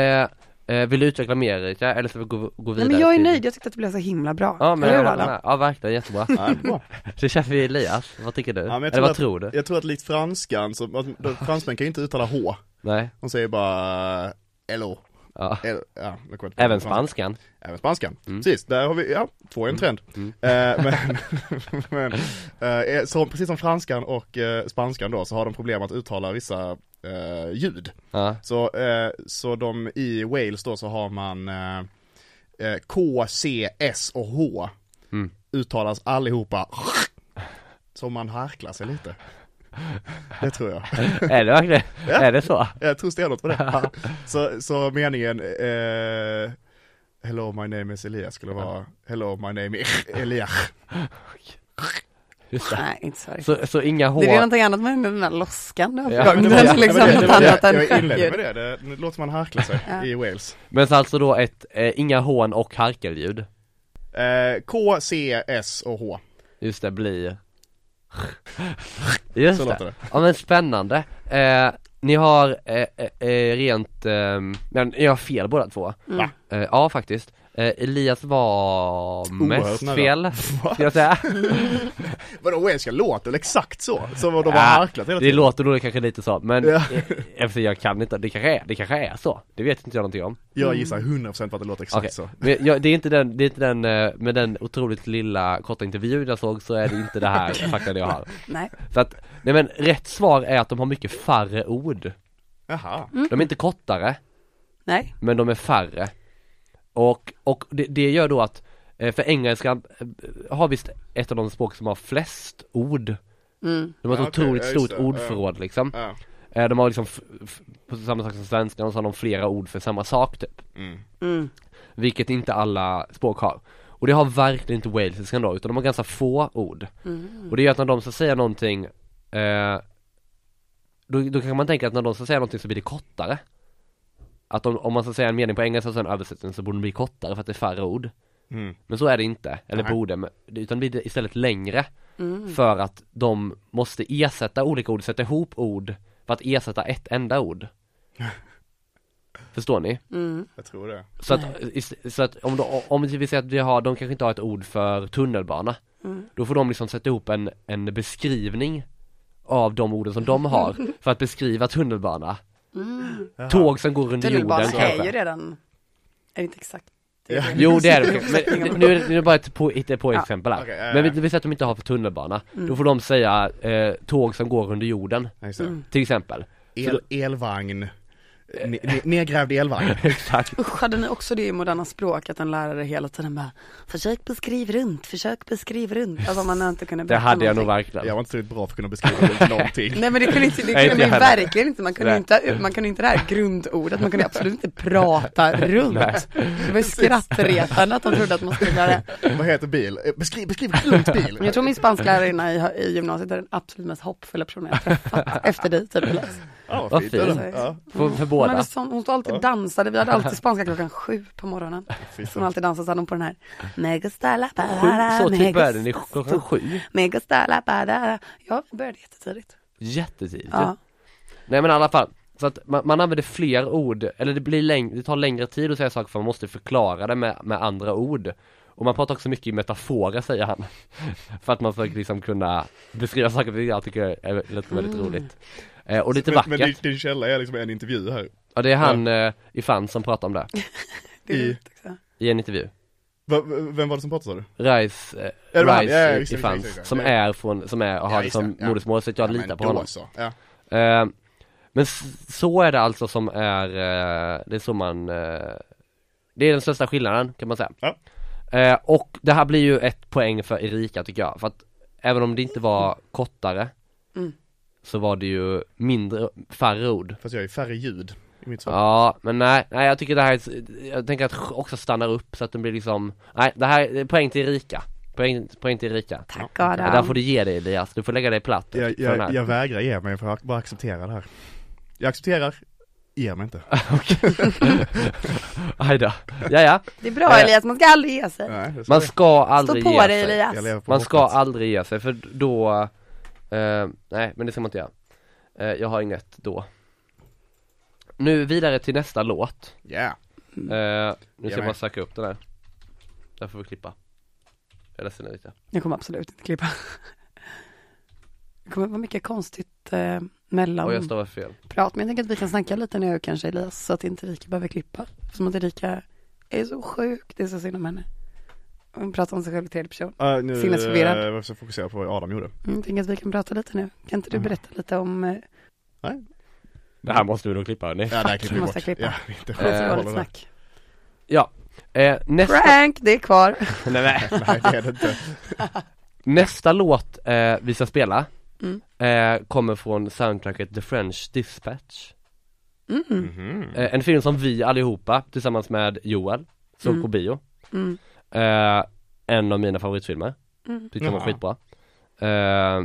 S3: Eh, Eh, vill du utveckla mer Erika, eller ska vi gå, gå vidare?
S4: Nej men jag är
S3: till-
S4: nöjd, jag tyckte att det blev så himla bra.
S3: Ja men
S4: Eller hur,
S3: jag håller
S4: Adam?
S3: med. ja verkligen jättebra.
S5: Ja, bra.
S3: Så kör vi Elias, vad tycker du?
S5: Ja, men jag
S3: eller
S5: tror
S3: vad
S5: att-
S3: tror du?
S5: Jag tror att likt franskan, så, att de- fransmän kan ju inte uttala H.
S3: Nej,
S5: De säger bara eh, hello.
S3: ja.
S5: El, ja, jag kommer inte-
S3: Även Mm. spanskan?
S5: Även spanskan. Precis, där har vi, ja, två i en trend.
S3: Mm.
S5: Eh, men men eh, så, precis som franskan och eh, spanskan då, så har de problem att uttala vissa eh, ljud.
S3: Ja.
S5: Så, eh, så de i Wales då så har man eh, eh, K, C, S och H
S3: Mm.
S5: uttalas allihopa som man harklar sig lite. Det tror jag.
S3: Är det verkligen, är det så?
S5: Jag tror stenhårt på det. Så, så meningen eh, Hello my name is Elias skulle vara Hello my name is Elias.
S3: Just det.
S4: Nej, inte så riktigt.
S3: Så, så inga
S4: Det är ju
S3: hår?
S4: någonting annat med den där loskan du har på
S3: Ja,
S4: gång.
S3: men
S4: Det
S3: det var-
S4: är
S5: Ja,
S4: liksom
S5: men det- det
S4: något
S5: var det.
S4: annat än
S5: Jag inledde
S4: ljud.
S5: med det, det, nu låter man harkla sig
S4: Ja.
S5: i Wales.
S3: Men så alltså då ett, eh, inga hån och harkelljud?
S5: Eh, K, C, S och H.
S3: Just det, bli Just
S5: Så
S3: det.
S5: låter det.
S3: Ja men spännande. Eh, ni har eh, eh, eh, rent, eh, men jag har fel båda två.
S4: Mm.
S3: Eh, ja faktiskt. Eh, Elias var mest
S5: nära.
S3: fel, ska jag säga.
S5: Vadå Wales låter väl exakt så? Som om de har
S3: Ja,
S5: harklat hela
S3: Äh, Det
S5: tiden.
S3: låter nog kanske lite så, men
S5: Ja.
S3: eh, eftersom jag kan inte, det kanske är, det kanske är så. Det vet inte jag någonting om.
S5: Jag gissar 100% på att det låter exakt
S3: Okej.
S5: så.
S3: Men jag, det är inte den, det är inte den, eh, med den otroligt lilla korta intervjun jag såg så är det inte det här faktan jag har.
S4: Nej.
S3: Så att, nej men rätt svar är att de har mycket färre ord.
S5: Jaha.
S4: Mm.
S3: De är inte kortare,
S4: Nej.
S3: men de är färre. Och, och det, det gör då att, eh, för engelskan eh, har visst ett av de språk som har flest ord.
S4: Mm.
S3: De har ett
S5: Ja, okej,
S3: otroligt
S5: ja, just
S3: stort
S5: det. Ja, ja.
S3: ordförråd liksom.
S5: Ja.
S3: Eh, De har liksom, f- f- på samma sak som svenskan, och så har de flera ord för samma sak typ.
S5: Mm.
S4: Mm.
S3: Vilket inte alla språk har. Och det har verkligen inte walesiskan då, utan de har ganska få ord. Och det gör att när de ska säga någonting, eh, då, då kan man tänka att när de ska säga någonting så blir det kortare. Att om, om man ska säga en mening på engelska och sen översättning så borde den bli kortare för att det är färre ord.
S5: Mm.
S3: Men så är det inte, eller
S5: Nej.
S3: borde, men- utan det blir istället längre.
S4: Mm.
S3: För att de måste ersätta olika ord, sätta ihop ord för att ersätta ett enda ord. Förstår ni?
S4: Mm.
S5: Jag tror det.
S3: Så att, ist- så att om, de, om vi säger att vi har, de kanske inte har ett ord för tunnelbana
S4: Mm.
S3: Då får de liksom sätta ihop en, en beskrivning Av de orden som de har för att beskriva tunnelbana Tåg som går under jorden
S4: Tunnelbanan Mm. är ju
S3: kanske
S4: redan, är det inte exakt? det?
S5: Ja.
S3: Jo det är det, men det- nu är det, nu är det bara ett på, ett på
S4: Ja.
S3: exempel här
S5: Okej, ja, ja.
S3: Men vi, vi säger att de inte har för tunnelbana Då får de säga eh, tåg som går under jorden
S5: Ja, just det.
S4: Mm.
S3: Till exempel
S5: El, elvagn. Ne- ne- Nedgrävd elvagn.
S3: Exakt
S4: Usch, hade ni också det i moderna språk att en lärare hela tiden bara Försök beskriv runt, försök beskriv runt. Alltså man har inte kunnat
S3: Det
S4: berätta
S3: hade jag nog
S4: någonting.
S5: Jag
S3: verkligen
S5: var inte tillräckligt bra för att kunna beskriva någonting.
S4: Nej men det kunde, inte, det
S3: Nej,
S4: kunde
S3: inte
S4: man ju
S3: jag heller.
S4: verkligen inte, man kunde ju
S3: Nej.
S4: inte, man kunde inte det här grundordet, man kunde absolut inte prata runt. Det var ju skrattretande att de trodde att man skulle lära
S5: Vad heter bil? Eh, Beskriv, beskriv runt bil.
S4: Men Jag tror min spansklärarna i, i gymnasiet är den absolut mest hoppfulla personen jag träffat efter dig typ Elias.
S5: Ja,
S3: Vad
S5: vad fint.
S3: fint.
S5: eller? Ja,
S3: För, för
S4: Hon, hade
S3: båda
S4: sån, hon stod alltid och dansade, vi hade alltid spanska klockan sju på morgonen.
S5: fint.
S4: Så hon alltid dansade så hade hon på den här Me gusta la
S3: Sju,
S4: parada,
S3: Så
S4: me
S3: typ började
S4: gusta-
S3: ni klockan sju
S4: me gusta la parada Ja, vi började jättetidigt.
S3: Jättetidigt
S4: Ja.
S3: Nej men i alla fall, så att man, man använder fler ord, eller det blir läng- det tar längre tid att säga saker för man måste förklara det med, med andra ord Och man pratar också mycket i metaforer säger han För att man ska liksom kunna beskriva saker, vilket jag tycker är väldigt, väldigt roligt eh, Och lite
S5: Men,
S3: vackert,
S5: men din, din källa är liksom en intervju här.
S3: ja det är han eh, i Fan som pratar om det
S4: Det är liksom.
S5: I-
S4: roligt också.
S3: i en intervju
S5: Va, va- vem var det som pratade sa du?
S3: Rice, eh,
S5: Ja, det var han.
S3: Rice
S5: Ja, ja,
S3: i-
S5: just
S3: i
S5: det,
S3: Fans,
S5: just det, just det.
S3: som
S5: Ja.
S3: är från, som är, och har
S5: Ja,
S3: det
S5: just
S3: som
S5: det, ja.
S3: modersmål så att jag
S5: Ja,
S3: litar
S5: men
S3: på
S5: då
S3: honom
S5: Så. Ja.
S3: Eh, Men s- så är det alltså som är, eh, det är så man eh, Det är den största skillnaden kan man säga
S5: Ja.
S3: Eh, Och det här blir ju ett poäng för Erika tycker jag, för att Även om det inte var kortare
S4: Mm.
S3: Så var det ju mindre, färre ord
S5: Fast jag är färre ljud i mitt svar.
S3: Ja, men nej, nej jag tycker det här är, ett- jag tänker att också stannar upp så att den blir liksom Nej, det här är poäng till Erika Poäng, poäng till Erika
S4: Tack
S3: Det där
S4: Adam.
S3: får du ge dig Elias, du får lägga dig platt
S5: Jag,
S3: för den här.
S5: jag, jag vägrar ge mig för jag bara accepterar det här. Jag accepterar, ger mig inte.
S3: Aj då. ja, ja.
S4: Det är bra Elias, man ska aldrig ge sig.
S5: Nej, det är så
S3: man
S5: det är.
S3: ska
S4: Stå
S3: aldrig ge
S4: på dig
S3: sig.
S4: Elias.
S5: Jag lever på
S3: Man ska
S5: hoppet.
S3: aldrig ge sig för då, eh, nej men det ska man inte göra eh, Jag har inget då Nu vidare till nästa låt
S5: Ja.
S4: Mm.
S3: Eh, nu ska
S5: Ge
S3: jag
S5: mig.
S3: bara söka upp det där. Där får vi klippa. Jag är ledsen lite.
S4: Jag kommer absolut inte klippa. Det kommer vara mycket konstigt eh, mellan
S3: Och jag stavar fel.
S4: prat. Men jag tänker att vi kan snacka lite nu kanske Elias, så att inte Erika behöver klippa. Som att Erika är så sjuk, det är så synd om henne. Hon pratar om sig själv i tredje person.
S5: Uh, nu
S4: Sinnesförvirrad.
S5: eh, jag ska fokusera på vad Adam gjorde.
S4: Mm, jag tänker att vi kan prata lite nu. Kan inte du
S5: Mm.
S4: berätta lite om, eh,
S3: Det här måste vi nog klippa hörni.
S5: Ja, där
S4: Fuck,
S5: klipper vi
S4: måste
S5: bort.
S4: jag klippa.
S5: Ja, inte
S4: det
S5: skit,
S4: var
S5: jag
S4: lite
S5: håller med.
S4: snack.
S3: Ja. Eh, nästa,
S4: Prank, det är kvar.
S3: nej, nej.
S5: Nej, det är det inte.
S3: nästa låt eh, vi ska spela
S4: Mm.
S3: eh, kommer från soundtracket The French Dispatch.
S4: Mm.
S5: Mhm.
S3: Eh, en film som vi allihopa tillsammans med Joel såg
S4: Mm.
S3: på bio.
S4: Mm.
S3: Eh, en av mina favoritfilmer.
S4: Mm.
S3: Tyckte den var
S5: Jaha.
S3: skitbra. Eh,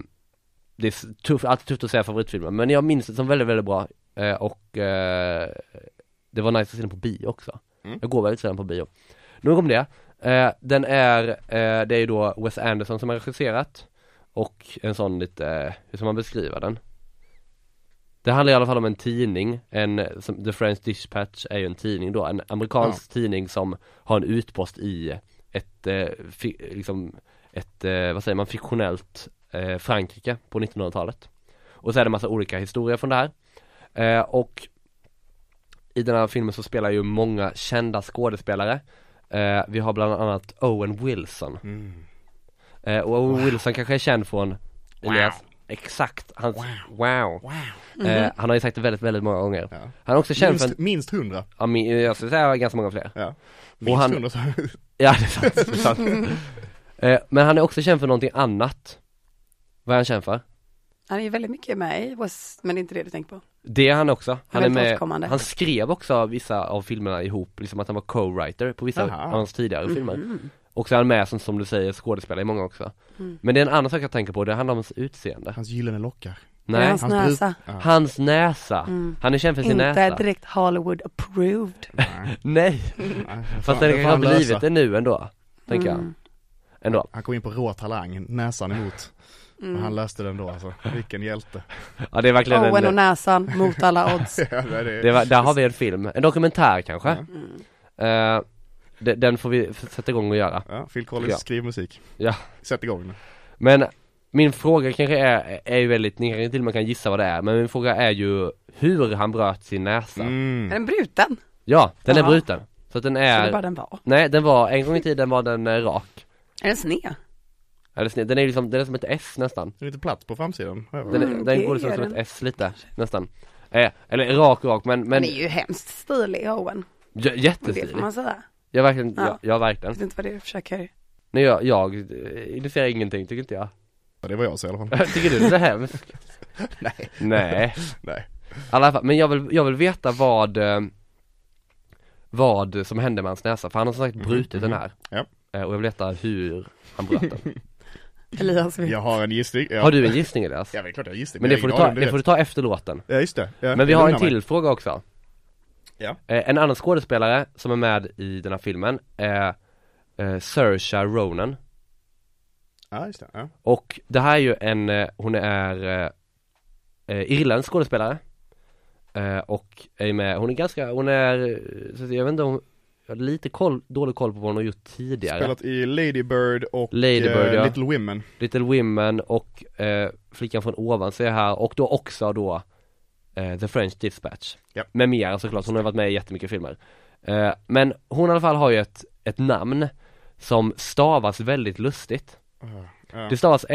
S3: det är s- tuff, alltid tufft att säga favoritfilmer men jag minns det som väldigt, väldigt bra. Eh, och eh, det var nice att se den på bio också.
S5: Mm.
S3: Jag går väldigt sällan på bio. Nog om det. Eh, den är, eh, det är ju då Wes Anderson som har regisserat. Och en sån lite, eh, hur ska man beskriva den? Det handlar i alla fall om en tidning, en, som, The French Dispatch är ju en tidning då, en amerikansk tidning som har en utpost i ett, eh, fi, liksom, ett, eh, vad säger man, fiktionellt eh, Frankrike på 1900-talet. Och så är det massa olika historier från det här. Eh, och i den här filmen så spelar ju många kända skådespelare. Eh, vi har bland annat Owen Wilson.
S5: Mm.
S3: Eh, och Owen Wilson kanske är känd från Elias. Exakt, hans wow.
S5: Wow.
S3: Eh, han har ju sagt det väldigt, väldigt många gånger.
S5: Ja.
S3: Han är också känd för, en-
S5: Minst, minst hundra.
S3: ja, min- jag skulle säga ganska många fler.
S5: Ja.
S3: Och
S5: Minst
S3: han-
S5: hundra. så-
S3: Ja det är sant, det är sant. Eh, Men han är också känd för någonting annat. Vad är han känd för?
S4: Han är ju väldigt mycket med i West, men det är inte det du tänker på.
S3: Det är han också. Han,
S4: är
S3: är
S4: väldigt
S3: med,
S4: återkommande.
S3: han skrev också vissa av filmerna ihop, liksom att han var co-writer på vissa
S5: Aha.
S3: av hans tidigare
S4: Mhm.
S3: filmer. Och så är han med som, som du säger, skådespelare i många också.
S4: Mm.
S3: Men det är en annan sak jag tänker på, det handlar om hans utseende.
S5: Hans gyllene lockar.
S4: Det är
S3: Nej,
S4: hans näsa.
S5: Ja.
S3: hans näsa. Han är känd för sin
S4: Mm. Inte
S3: näsa.
S4: direkt Hollywood approved.
S3: Nej,
S5: Nej,
S3: fast den
S5: fan, kan
S3: kanske har
S5: han lösa.
S3: blivit det nu ändå. Tänker
S4: Mm.
S3: jag. Ändå.
S5: Han kom in på rå talang, näsan emot. Men han löste den då alltså. Vilken hjälte.
S3: Ja det är verkligen
S4: Owen och
S3: en,
S4: näsan mot alla odds.
S5: Ja, det är det.
S3: det var, där har vi en film, en dokumentär kanske.
S4: Mm.
S3: Eh, de- den får vi f- sätta igång och göra.
S5: Ja, Phil Collins,
S3: Ja.
S5: skriv musik.
S3: Ja.
S5: Sätt igång nu.
S3: Men min fråga kanske är, är ju väldigt, ni kanske till och med kan gissa vad det är, men min fråga är ju hur han bröt sin näsa.
S5: Mm.
S4: Är den bruten?
S3: Ja, den är
S4: Jaha.
S3: bruten. Så att den
S4: Eller
S3: är,
S4: bara den var?
S3: nej den var, en gång i tiden var den eh, rak.
S4: Är den sned?
S3: Eller sned, den är liksom, den är som ett S nästan.
S5: Den är lite platt på framsidan. Ja,
S3: Den, är- den
S4: Mm, det
S3: går liksom
S4: är
S3: som ett
S4: den.
S3: S lite, nästan. Eh, eller rak rak men, men
S4: Den är ju hemskt stilig, Owen.
S3: j-
S4: Men det
S3: jättestilig.
S4: får man säga.
S3: Jag verkligen,
S4: Ja.
S3: ja, jag verkligen.
S4: Jag vet inte vad det är du försöker.
S3: Nej jag, jag eh, illustrerar ingenting tycker inte jag.
S5: Det var jag så i alla fall.
S3: Tycker du det är hemskt?
S5: Nej.
S3: Nej.
S5: Nej.
S3: I alla fall, men jag vill, jag vill veta vad eh, vad som hände med hans näsa, för han har som sagt brutit den här.
S5: Mhm, Ja.
S3: Eh, Och jag vill veta hur han bröt den.
S4: Elias vet.
S5: Jag har en gissning. Ja.
S3: Har du en gissning Elias?
S5: Ja, det är klart jag har gissning.
S3: Men
S5: Jag
S3: det
S5: har
S3: får, du
S5: ingen
S3: ta,
S5: aning om
S3: det får du
S5: rätt.
S3: ta efter låten.
S5: Ja, just det. Ja,
S3: Men vi
S5: jag
S3: har en
S5: lugnar mig.
S3: till fråga också.
S5: Ja.
S3: Eh, En annan skådespelare som är med i den här filmen är eh, Saoirse Ronan.
S5: Ja, just det. Ja.
S3: Och det här är ju en, eh, hon är eh, eh, irländsk skådespelare eh, Och är med, hon är ganska, hon är, eh, så att jag vet inte om, jag har lite koll, dålig koll på vad hon har gjort tidigare
S5: Spelat i Lady Bird och
S3: Lady Bird,
S5: eh,
S3: ja.
S5: Little Women.
S3: Little Women och eh, Flickan från ovan ser jag här och då också då eh, The French Dispatch
S5: Ja.
S3: Med mer såklart, hon har varit med i jättemycket filmer eh, Men hon i alla fall har ju ett, ett namn som stavas väldigt lustigt
S5: Ja.
S3: Det stavas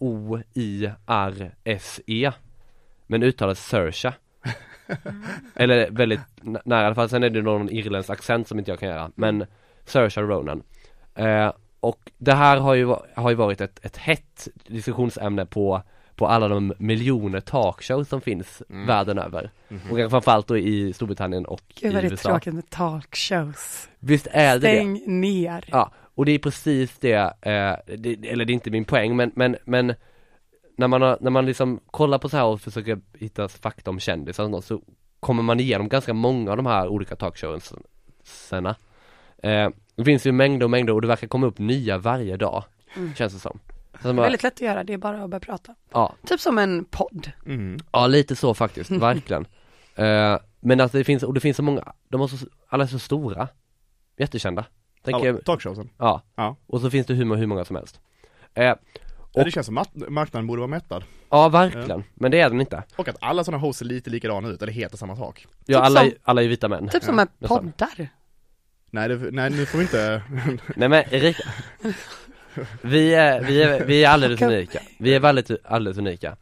S3: S-A-O-I-R-S-E E, Men uttalas Sersha Eller väldigt n- nära i alla fall, sen är det någon irländsk accent som inte jag kan göra Men Sersha Ronan eh, Och det här har ju, va- har ju varit ett, ett hett diskussionsämne på på alla de miljoner talkshows som finns världen över. Och kanske framförallt då i Storbritannien och
S4: Gud vad
S3: i
S4: det är
S3: USA.
S4: tråkigt med talkshows.
S3: Visst är det det?
S4: Stäng ner.
S3: Ja, och det är precis det, eh, det eller det är inte min poäng, men, men, men när man, har, när man liksom kollar på så här och försöker hitta fakta om kändisar och sånt, så kommer man igenom ganska många av de här olika talkshowsarna. Eh, det finns ju mängder och mängder och det verkar komma upp nya varje dag, känns det som. Så att man,
S4: Väldigt lätt att göra, det är bara att börja prata.
S3: ja,
S4: Typ som en podd.
S5: Mm.
S3: ja, lite så faktiskt, verkligen. Eh, Men alltså det finns, och det finns så många, de har så, alla är så stora Jättekända Tänker
S5: Alla,
S3: jag,
S5: talkshowsen.
S3: ja.
S5: Ja.
S3: Och så finns det hur, må- hur många som helst eh,
S5: Ja, det känns som att marknaden borde vara mättad.
S3: Ja verkligen, men det är den inte
S5: Och att alla sådana hosts ser lite likadana ut, eller heter samma sak.
S3: Ja
S4: Typ
S3: alla,
S4: som-
S3: är- alla är ju vita män
S4: Typ som med
S3: nästan.
S4: poddar.
S5: Nej, det, nej nu får vi inte,
S3: Nej men Erika Vi är, vi är, vi är alldeles
S4: Plocka upp
S3: unika Vi är väldigt, alldeles unika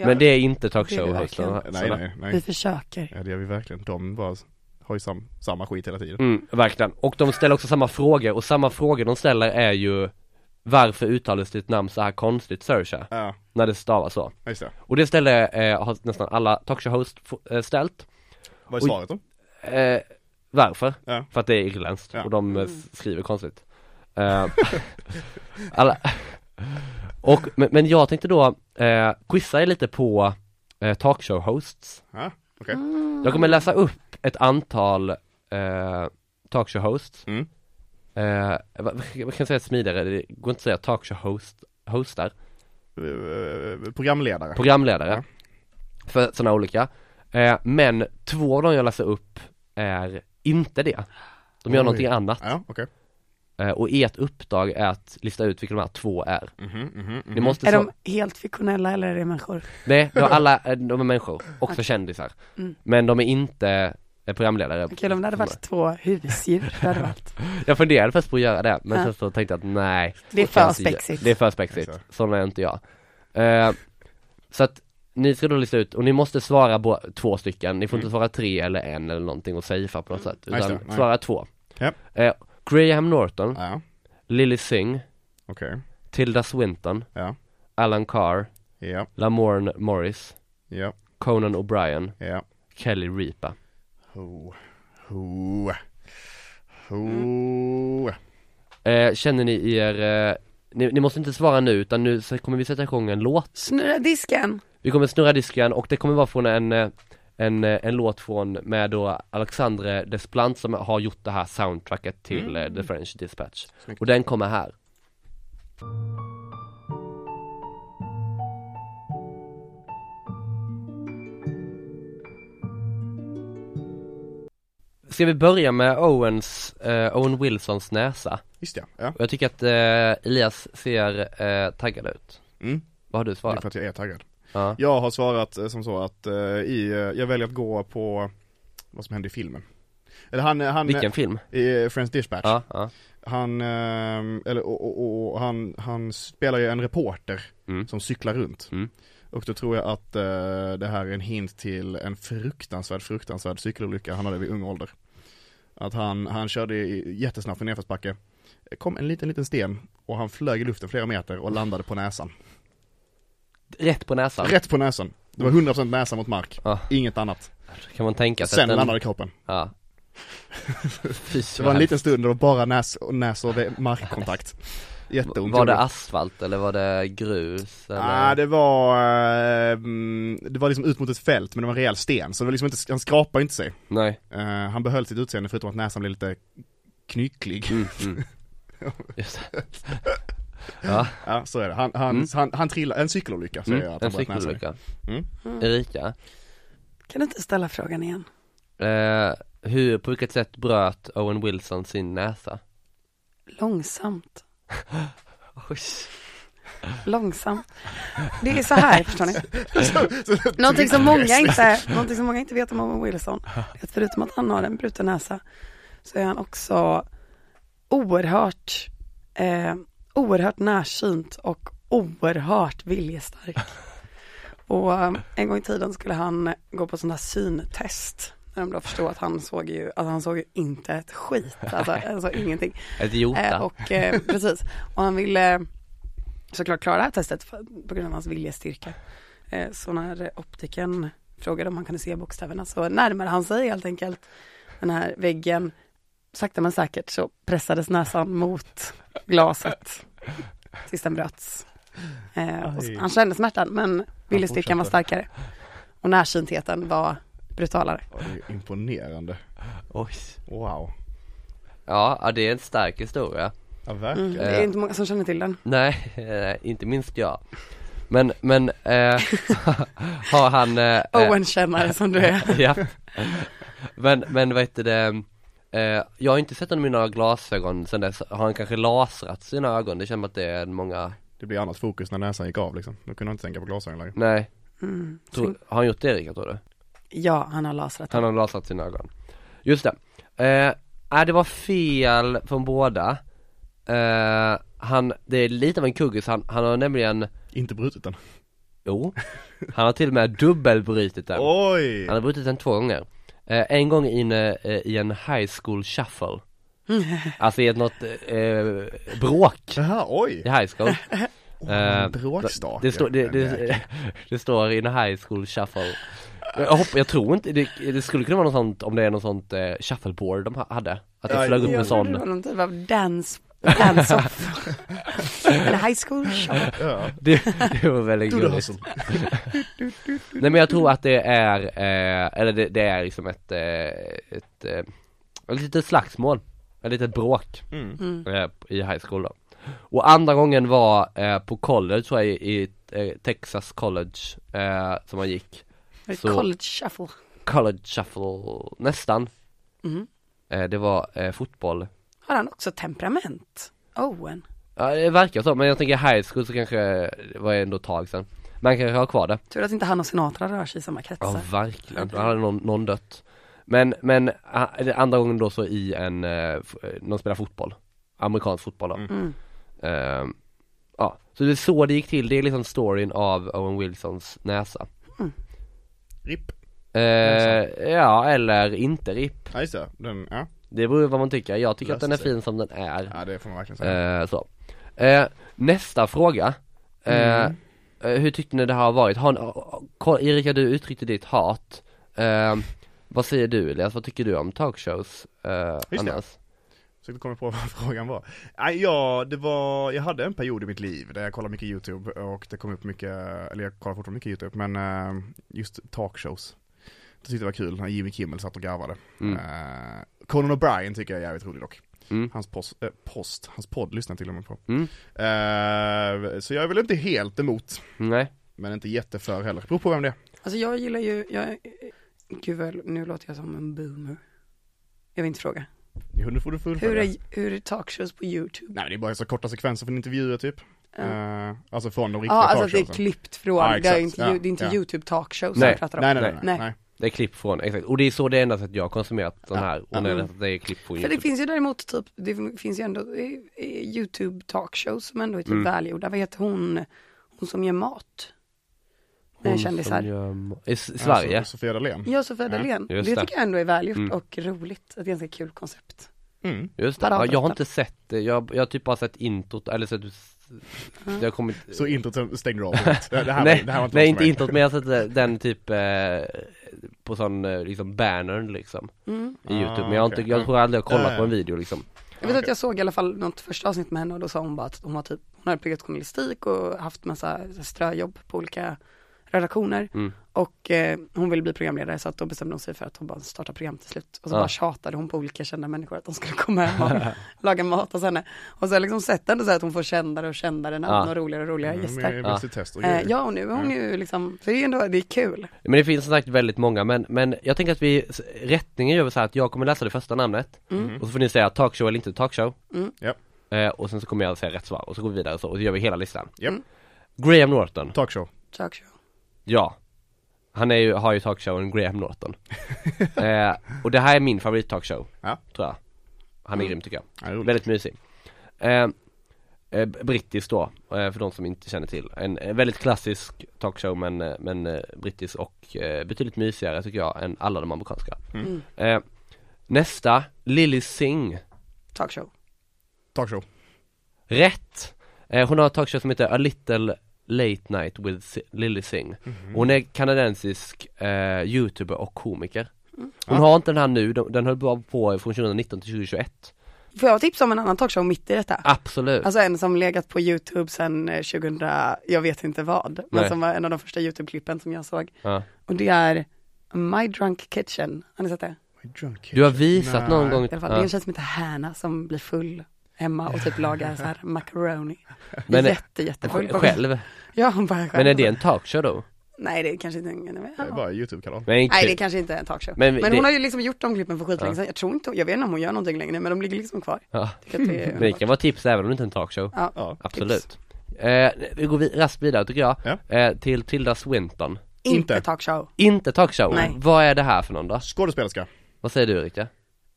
S4: Ja.
S3: Men det är inte
S4: Det är
S3: talkshow
S4: det
S3: hosterna
S5: nej nej
S4: Vi
S5: nej.
S4: försöker.
S5: Ja, det gör vi verkligen. De bara har ju sam, samma skit hela tiden.
S3: Mm, verkligen. Och de ställer också samma frågor och samma frågor de ställer är ju Varför uttalas ditt namn så här konstigt Sersha?
S5: Ja,
S3: När det stavas så.
S5: just det.
S3: Och det ställer, eh, har nästan alla talkshow host f- eh, ställt.
S5: Vad är
S3: Oj.
S5: svaret då?
S3: Eh, varför?
S5: Ja.
S3: För att det är irländskt
S5: Ja.
S3: och de eh, skriver konstigt. Eh, alla och, men, men jag tänkte då eh, quizza er lite på eh, talkshow hosts.
S5: Ja, okej.
S3: Jag kommer läsa upp ett antal eh, talkshow hosts
S5: Mm.
S3: eh, vad, vad kan jag säga smidigare? Det går inte att säga talkshow host, hostar
S5: Eh, Programledare.
S3: Programledare
S5: Ja.
S3: För sådana olika eh, Men två av dem jag läser upp är inte det De gör
S5: Oj.
S3: någonting annat
S5: Ja, okej.
S3: eh, Och ert uppdrag är att lista ut vilka de här två är
S5: Mhm, mhm,
S3: Ni
S5: mhm.
S3: måste
S4: Är
S3: så...
S4: de helt fiktionella eller är det människor?
S3: Nej, de är alla, eh, de är människor, också kändisar
S4: Mm.
S3: Men de är inte eh, programledare
S4: Okej, om det hade varit två husdjur, det hade varit.
S3: Jag funderade först på att göra det, men
S4: Ja.
S3: sen så tänkte jag att nej
S4: Det är för
S3: känns ju-
S4: spexigt.
S3: Det är för spexigt,
S5: Exakt.
S3: sån är inte jag Eh, Så att ni ska då lista ut, och ni måste svara på två stycken, ni får inte svara tre eller en eller någonting och safea på något
S4: Mm.
S3: sätt
S5: Mm. Ja, just
S3: Utan
S5: det. Nej.
S3: svara två
S5: Ja.
S3: Eh, Graham Norton,
S5: Ja,
S3: Lily Singh,
S5: okej.
S3: Tilda Swinton,
S5: Ja.
S3: Alan Carr,
S5: Ja,
S3: Lamorne Morris,
S5: ja,
S3: Conan O'Brien,
S5: ja.
S3: Kelly Ripa
S5: Ho, ho, ho.
S3: eh, Känner ni er, eh, ni, ni måste inte svara nu utan nu så kommer vi sätta igång en låt
S4: Snurra disken!
S3: Vi kommer snurra disken och det kommer vara från en, eh, en, eh, en låt från med då Alexandre Desplat som har gjort det här soundtracket till eh, The French Dispatch
S5: Mm. Snyggt.
S3: Och den kommer här Ska vi börja med Owens, eh, Owen Wilsons näsa?
S5: Just det, ja.
S3: Och jag tycker att eh, Elias ser eh, taggad ut
S5: Mm.
S3: Vad har du
S5: Det är
S3: svarat?
S5: för att jag är taggad.
S3: Ja.
S5: Jag har svarat eh, som så att eh, i, eh, jag väljer att gå på vad som hände i filmen. Eller han, eh, han,
S3: Vilken film?
S5: eh, i Friends Dispatch.
S3: Ja, ja.
S5: Han, eh, eller och, och, och, han, han spelar ju en reporter
S3: Mm.
S5: som cyklar runt.
S3: Mm.
S5: Och då tror jag att eh, det här är en hint till en fruktansvärd, fruktansvärd cykelolycka han hade vid ung ålder. Att han, han körde i- jättesnabbt i nedförsbacke. Det kom en liten, liten sten och han flög i luften flera meter och landade på näsan.
S3: Rätt på näsan
S5: Rätt på näsan. Det var 100% näsa mot mark.
S3: Ja.
S5: Inget annat.
S3: Kan man tänka sig
S5: Sen
S3: att den-
S5: landade kroppen.
S3: Ja Fy
S5: Det var en
S3: fan.
S5: liten stund då det var bara näs och näs och markkontakt. Jätteont.
S3: Var det
S5: gjorde.
S3: asfalt eller var det grus eller?
S5: Nej Ah, det var, eh, mm, det var liksom ut mot ett fält men det var en rejäl sten så det var liksom inte, han skrapade inte sig.
S3: Nej
S5: Eh, han behöll sitt utseende förutom att näsan blev lite knycklig.
S3: mm, mm. Just det Ja,
S5: Ja så är det. Han, han,
S3: Mm.
S5: han, han trillade, en cykelolycka säger jag
S3: mm,
S5: att
S3: en
S5: han bröt näsan. i.
S3: cykelolycka
S5: Mm.
S3: Erika,
S4: Kan du inte ställa frågan igen?
S3: eh, hur, på vilket sätt bröt Owen Wilson sin näsa?
S4: Långsamt.
S3: Oj.
S4: Långsamt. Det är så här, förstår ni. Någonting som, många inte, någonting som många inte vet om Owen Wilson, är att förutom att han har en bruten näsa, så är han också oerhört, eh, oerhört närsynt och oerhört viljestark. Och eh, en gång i tiden skulle han gå på sådana här syntest, när de då förstod att han såg ju, att han såg ju inte ett skit, alltså, alltså ingenting.
S3: Ett jota
S4: Eh, och, eh, precis. Och han ville eh, såklart klara det här testet för, på grund av hans viljestyrka. Eh, så när optiken frågade om han kunde se bokstäverna så närmade han sig helt enkelt den här väggen. Sakta men säkert så pressades näsan mot glaset tills den bröts. Eh, och
S5: Aj.
S4: så, han kände smärtan men viljestyrkan var
S5: fortsatte.
S4: starkare. Och närsyntheten var brutalare.
S5: Ja, det är imponerande.
S3: Oj
S5: Wow.
S3: Ja, ja, det är en stark historia
S5: Ja
S4: Mm.
S5: verkligen.
S4: Det är inte många som känner till den.
S3: Nej, eh, inte minst jag Men, men, eh, har han eh, eh,
S4: Owen-kännare som du är.
S3: ja. Men, men vad heter det eh, Jag har inte sett honom i några glasögon sen dess Har han kanske lasrat sina ögon? Det känns som att det är många
S5: Det blir annat fokus när näsan gick av liksom. Då kunde han inte tänka på glasögon längre.
S3: Nej,
S4: Mm.
S3: tror, har han gjort det Erika tror du?
S4: Ja, han har lasrat.
S3: Han har lasrat sina ögon Just det eh, äh, det var fel från båda eh, Han, det är lite av en kuggis, han, han har nämligen
S5: Inte brutit den.
S3: Jo, han har till och med dubbelbrutit den
S5: Oj!
S3: Han har brutit den två gånger eh, En gång in, eh, i en high school shuffle Alltså i ett något eh, bråk
S5: Jaha, oj!
S3: i high school Eh,
S5: Bråkstake.
S3: det, står, det, det, det står in a high school shuffle jag, hopp, jag tror inte, det, det skulle kunna vara något sånt om det är något sånt eh, shuffleboard de ha- hade Att det
S5: Ja,
S3: flög upp
S5: ja,
S3: en
S4: Jag trodde
S3: sån
S4: det var någon typ av dance, dance-off. Eller high school show.
S5: Ja.
S3: det, det var väldigt
S5: Du, du,
S3: gulligt
S5: alltså.
S3: Nej men jag tror att det är, eh, eller det, det är liksom ett, eh, ett, eh, ett litet slagsmål Ett litet bråk
S5: Mm.
S3: eh, i high school då. Och andra gången var eh, på college tror jag, i, i eh, Texas college eh, som han gick Så-
S4: College shuffle.
S3: College shuffle, nästan
S4: Mm.
S3: eh, Det var eh, fotboll
S4: Har han också temperament? Owen.
S3: Ja det verkar så, men jag tänker high school så kanske det var ändå ett tag sedan Man kanske har kvar det
S4: Tur att inte han och Sinatra rör sig i samma kretsar.
S3: Ja verkligen, då hade någon, någon dött Men, men ah, det andra gången då så i en, eh, f- eh, någon spelar fotboll Amerikansk fotboll då
S4: Mm.
S3: Ehm, Ja, så det är så det gick till, det är liksom storyn av Owen Wilsons näsa
S5: RIP.
S3: Eh, ja, eller inte RIP.
S5: Ja just det, den, ja.
S3: Det beror ju vad man tycker. Jag tycker att
S5: Löste
S3: den är
S5: sig.
S3: fin som den är.
S5: ja det får man verkligen säga.
S3: Eh, så. Eh, nästa fråga. Eh,
S5: Mm.
S3: eh, Hur tyckte ni det här har varit? Har, ni- ko- Erika, du uttryckte ditt hat. Eh, vad säger du Elias? Vad tycker du om talkshows eh,
S5: det.
S3: annars?
S5: Försökte komma på vad frågan var. Nej, ja, det var, jag hade en period i mitt liv där jag kollade mycket YouTube och det kom upp mycket, eller jag kollar fortfarande mycket YouTube, men eh, just talkshows. Det tyckte jag var kul när Jimmy Kimmel satt och garvade.
S3: Mm.
S5: Eh, Conan O'Brien tycker jag är jävligt rolig dock.
S3: Mm.
S5: Hans post, eh, post, hans podd lyssnar jag till och med på.
S3: Mm.
S5: Eh, så jag är väl inte helt emot,
S3: Nej.
S5: men inte jätteför heller. Beror på vem det är.
S4: Alltså jag gillar ju, jag, gud vad, nu låter jag som en boomer. Jag vill inte fråga.
S5: Jo, nu får du fullfölja.
S4: Hur är, hur är talkshows på YouTube?
S5: Nej, men det är bara så korta sekvenser från intervjuer typ.
S4: Ja.
S5: Eh, alltså från de
S4: Ja,
S5: riktiga
S4: alltså att det är
S5: talkshowsen.
S4: klippt från,
S5: Ja,
S4: det är
S5: exakt.
S4: inte,
S5: Ja,
S4: ju- det är inte
S5: ja.
S4: YouTube talkshow som
S3: Nej.
S4: vi pratar om.
S5: Nej, nej, nej, nej.
S4: typ Nej.
S5: nej.
S3: Det är klipp från, exakt. Och det är så det enda sättet jag har konsumerat den
S5: Ja.
S3: här. Och det är att det är klipp från
S4: För det
S3: YouTube.
S4: finns ju däremot typ, det finns ju ändå eh, eh, YouTube talkshows som ändå är typ
S3: Mm.
S4: välgjorda. Vad heter hon, hon som gör mat? Nej,
S3: Hon
S4: kändisar.
S3: som gör- I S-
S5: Ja,
S3: Alltså, Sverige?
S5: så- Sofia Dalén.
S4: Ja, Sofia Dalén. Det,
S3: just det.
S4: tycker jag ändå är välgjort
S3: Mm.
S4: och roligt. Ett ganska kul koncept.
S5: Mm.
S3: Just det, ja, jag har
S4: Paradrätten.
S3: inte sett det, jag, jag har typ bara sett introt, eller sett det har kommit
S5: Så introt stängde du av helt. Det här,
S3: Nej,
S5: det här var inte
S3: nej
S5: något
S3: inte
S5: för mig.
S3: introt men jag har sett eh, den typ eh, på sån eh, liksom bannern liksom
S4: Mm.
S3: i
S5: Ah,
S3: youtube, men jag, har
S5: okej.
S3: inte, jag tror aldrig jag har kollat
S5: Ja, Ah. ja.
S3: på en video liksom
S4: Jag vet att jag såg i alla fall något första avsnitt med henne och då sa hon bara att hon har typ, hon hade pluggat journalistik och haft massa ströjobb på olika redaktioner
S3: Mm.
S4: och eh, hon ville bli programledare så att då bestämde hon sig för att hon bara startar program till slut och så
S3: Ja.
S4: bara tjatade hon på olika kända människor att de skulle komma hem och laga mat hos henne och så har jag liksom sett henne så här att hon får kändare och kändare namn
S3: Ja.
S4: och roligare och roligare
S5: Mm,
S4: gäster.
S5: Med,
S3: Ja.
S5: med sitt test och
S4: Eh,
S5: grejer.
S4: ja och nu är hon ju liksom, så det är ju ändå, det är kul.
S3: Men det finns som sagt väldigt många, men, men jag tänker att vi, s- rättningen gör vi så här att jag kommer läsa det första namnet
S5: Mhm.
S3: och så får ni säga talkshow eller inte talkshow
S4: Mm.
S5: Ja.
S3: eh, Och sen så kommer jag säga rätt svar och så går vi vidare så, och så gör vi hela listan
S5: Japp.
S4: Mm.
S3: Graham Norton,
S5: Talkshow.
S4: Talkshow.
S3: ja Han är ju, har ju talkshowen Graham Norton eh, Och det här är min favorittalkshow,
S5: Ja.
S3: tror jag Han är grym tycker jag
S5: Ja, roligt.
S3: Väldigt mysig eh, eh, Brittisk då, eh, för de som inte känner till En eh, väldigt klassisk talkshow men, eh, men eh, brittisk och eh, betydligt mysigare tycker jag än alla de amerikanska
S5: Mm.
S3: eh, Nästa, Lily Singh
S4: Talkshow.
S5: Talkshow.
S3: Rätt! Eh, hon har en talkshow som heter A Little Late Night with Si- Lily Singh
S5: Mhm.
S3: Hon är kanadensisk eh, youtuber och komiker Hon
S5: Ja.
S3: har inte den här nu, de- den höll bara på från 2019 till 2021
S4: Får jag tipsa om en annan talkshow mitt i detta?
S3: Absolut!
S4: Alltså en som legat på YouTube sedan eh, 2000, jag vet inte vad, men
S3: Nej.
S4: som var en av de första YouTube-klippen som jag såg.
S3: ja.
S4: Och det är My Drunk Kitchen, har ni sett det?
S5: My drunk
S3: Du har visat
S5: Nej.
S3: någon gång
S4: I alla fall,
S3: ja.
S4: det är en tjej som heter Hanna som blir full hemma och typ lagar så här macaroni.
S3: Men- eh,
S4: Jätte, jättefull. på-
S3: Själv?
S4: Ja, hon bara själv.
S3: Men är det en talkshow då?
S4: Nej, det är kanske inte en...
S5: Det är
S4: Ja.
S5: bara en YouTube-kanal.
S3: Men inte,
S4: Nej, det kanske inte är en talkshow.
S3: Men
S4: Men,
S3: vi- det-
S4: hon har ju liksom gjort de klippen för skitlänge
S3: Ja.
S4: sedan. Jag tror inte, jag vet inte om hon gör någonting längre, men de ligger liksom kvar.
S3: ja.
S4: Tycker att det är
S3: Men det kan vara tips även om det inte är en talkshow
S4: Ja,
S5: Ja.
S3: Absolut eh, Vi går vid- raskt vidare tycker jag
S5: Ja.
S3: eh, Till Tilda Swinton
S4: inte
S5: Inte.
S4: talkshow.
S3: Inte talkshow,
S4: Nej.
S3: vad är det här för någon då?
S5: Skådespelerska.
S3: Vad säger du Erika?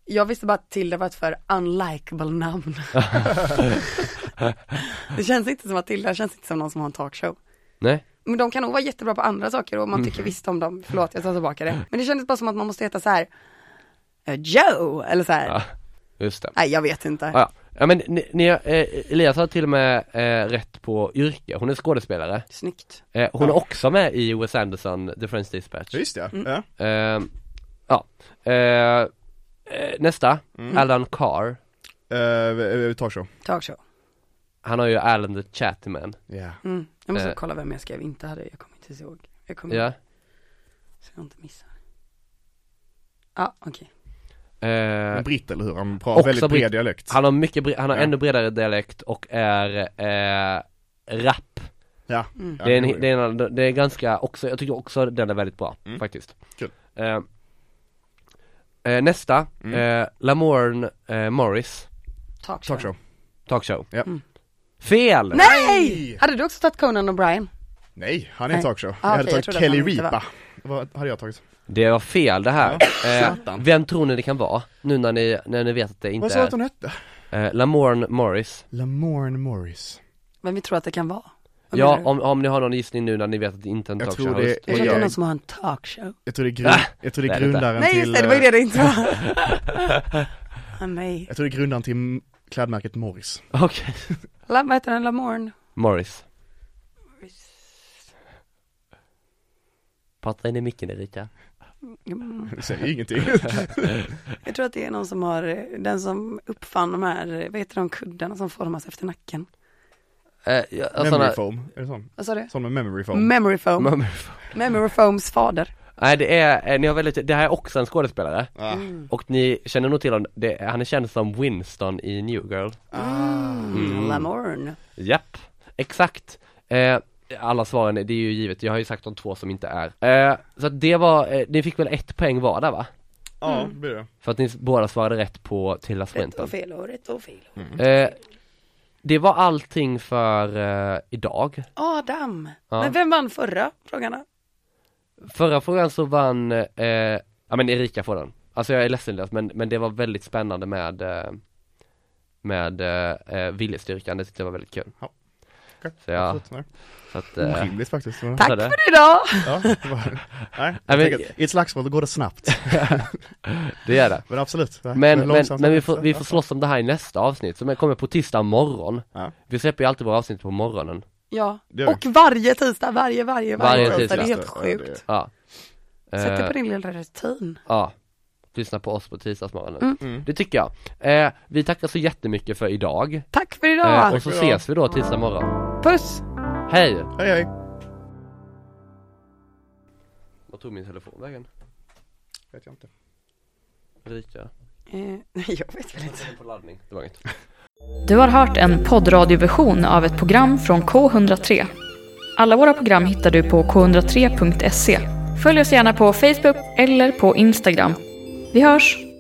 S4: Jag visste bara att Tilda var ett för unlikable namn. det känns inte som att Tilda känns inte som någon som har en talkshow.
S3: Nej?
S4: Men de kan nog vara jättebra på andra saker och man
S3: Mm.
S4: tycker visst om dem. Förlåt, jag tar tillbaka det. Men det kändes bara som att man måste heta så här eh, Joe, eller så här.
S3: Ja, just det
S4: Nej, jag vet inte.
S3: Ja, ja. ja men ni, ni, har- eh, Elias har till och med eh, rätt på yrke, hon är skådespelare
S4: Snyggt.
S3: eh, Hon är också med i Wes Anderson, The French Dispatch
S5: Just det,
S4: Mm.
S5: ja.
S3: eh, Ja, eh, eh, nästa, Alan Carr
S5: Uh, talkshow.
S4: Talkshow.
S3: Han har ju Alan the Chatman
S5: Ja.
S4: Mm. Jag måste
S3: Eh.
S4: kolla vem jag skrev inte hade, jag kommer inte ihåg. Jag
S5: Mm.
S4: kommer
S3: Ja,
S4: så jag inte missar. Ja, okej.
S3: eh,
S5: En britt eller hur? Han
S3: Också
S5: pratar väldigt bred
S3: britt.
S5: dialekt.
S3: Han har mycket, bre- han har
S5: Ja.
S3: ännu bredare dialekt och är eh, rap
S5: Ja.
S4: Mm.
S5: ja,
S3: det, är
S5: jo, jo.
S3: en, det, är en, det är ganska också, jag tycker också den är väldigt bra
S5: Mm.
S3: faktiskt
S5: Kul.
S3: eh, eh, Nästa,
S5: Mm.
S3: eh, Lamorne eh, Morris,
S4: Talkshow.
S5: Talkshow.
S3: talkshow
S5: Ja.
S4: Mm.
S3: Fel!
S4: Nej! Hade du också tagit Conan O'Brien?
S5: Nej, han är en
S4: Nej.
S5: talkshow.
S4: Ah,
S5: jag hade
S4: okej, jag
S5: tagit
S4: trodde att
S5: Kelly
S4: han inte
S5: Ripa. Vad hade jag tagit?
S3: Det var fel det här eh,
S5: satan.
S3: Vem tror ni det kan vara? Nu när ni, när ni vet att det inte
S5: Vad sa du
S3: är
S5: att hon hette?
S3: eh, Lamorne Morris
S5: Lamorne Morris.
S4: Men vi tror att det kan vara. Vad menar
S3: Ja,
S4: du?
S3: om, om ni har någon gissning nu när ni vet att det inte är en
S5: Jag tror
S3: talkshow
S5: det
S4: Jag
S5: är
S4: tror att det är
S5: jag.
S4: någon som har en talkshow.
S5: Jag tror det är, grund,
S3: Ah,
S5: jag tror det är
S3: det är det.
S5: grundaren
S4: Nej,
S5: till...
S4: just det, det var ju
S5: eh,
S4: det det inte var. ah, nej.
S5: Jag tror det är grundaren till m- klädmärket Morris.
S3: Okej,
S4: La, vad heter den? Lamorne?
S3: Morris Prata in i micken Erika
S4: Mm.
S5: Det säger ju ingenting.
S4: Jag tror att det är någon som har, eh, den som uppfann de här, eh, vad heter de kuddarna som formas efter nacken?
S3: eh, jag,
S5: memory
S3: såna-
S5: foam. Är det sån?
S4: Vad sa du?
S5: Sån med memory foam.
S4: Memory foam.
S3: Memory
S4: Memory foams fader.
S3: Nej det är, eh, ni har väldigt, det här är också en skådespelare
S5: Ah.
S3: Och ni känner nog till honom, det, han är känd som Winston i New Girl
S4: Mm. Lamorne.
S3: Japp, exakt eh, Alla svaren, är- det är ju givet, jag har ju sagt de två som inte är eh, Så att det var, eh, ni fick väl ett poäng var där va?
S5: Ja, det blir det.
S3: För att ni s- båda svarade rätt på Tilda
S4: Rätt
S3: Swinton
S4: och fel och rätt och fel.
S3: eh, Det var allting för eh, idag
S4: Adam.
S3: Ja.
S4: Men vem vann förra frågan?
S3: Förra frågan så vann, eh, ja men Erika får den Alltså jag är ledsen Elias, men, men det var väldigt spännande med eh, Med eh, eh, viljestyrkan, det tyckte jag var väldigt kul
S5: Okej,
S3: Så ja.
S5: absolut, nej.
S3: Så att, eh,
S5: Rimligt faktiskt.
S4: Tack
S3: Så det.
S4: för idag!
S5: Ja, det var, nej,
S3: men-
S5: jag tänker att i ett slagsmål då går det snabbt.
S3: det är det
S5: Men absolut. nej,
S3: Men, men,
S5: långsamt.
S3: men vi får, vi får slåss om det här i nästa avsnitt som kommer på tisdag morgon
S5: Ja.
S3: Vi släpper ju alltid våra avsnitt på morgonen
S4: Ja,
S5: Det gör vi.
S4: och varje tisdag, varje, varje, varje,
S3: Varje
S4: tisdag. Det
S3: tisdag.
S4: är helt
S5: Ja, det är-
S4: sjukt.
S3: Ja
S4: Sätt dig
S3: Eh,
S4: på din lilla rutin.
S3: Ja Lyssna på oss på tisdagsmorgonen
S4: Mm.
S3: Det tycker jag eh, Vi tackar så jättemycket för idag
S4: Tack för
S3: eh,
S4: idag!
S3: Och så ses vi då tisdag morgon
S4: Puss!
S3: Hej!
S5: Hej hej.
S3: Vad tog min telefon vägen?
S5: Vet jag inte.
S3: Erika?
S4: Eh, jag vet väl inte.
S3: på laddning, det var inget
S1: Du har hört en poddradioversion av ett program från K103. Alla våra program hittar du på k103.se. Följ oss gärna på Facebook eller på Instagram. Vi hörs!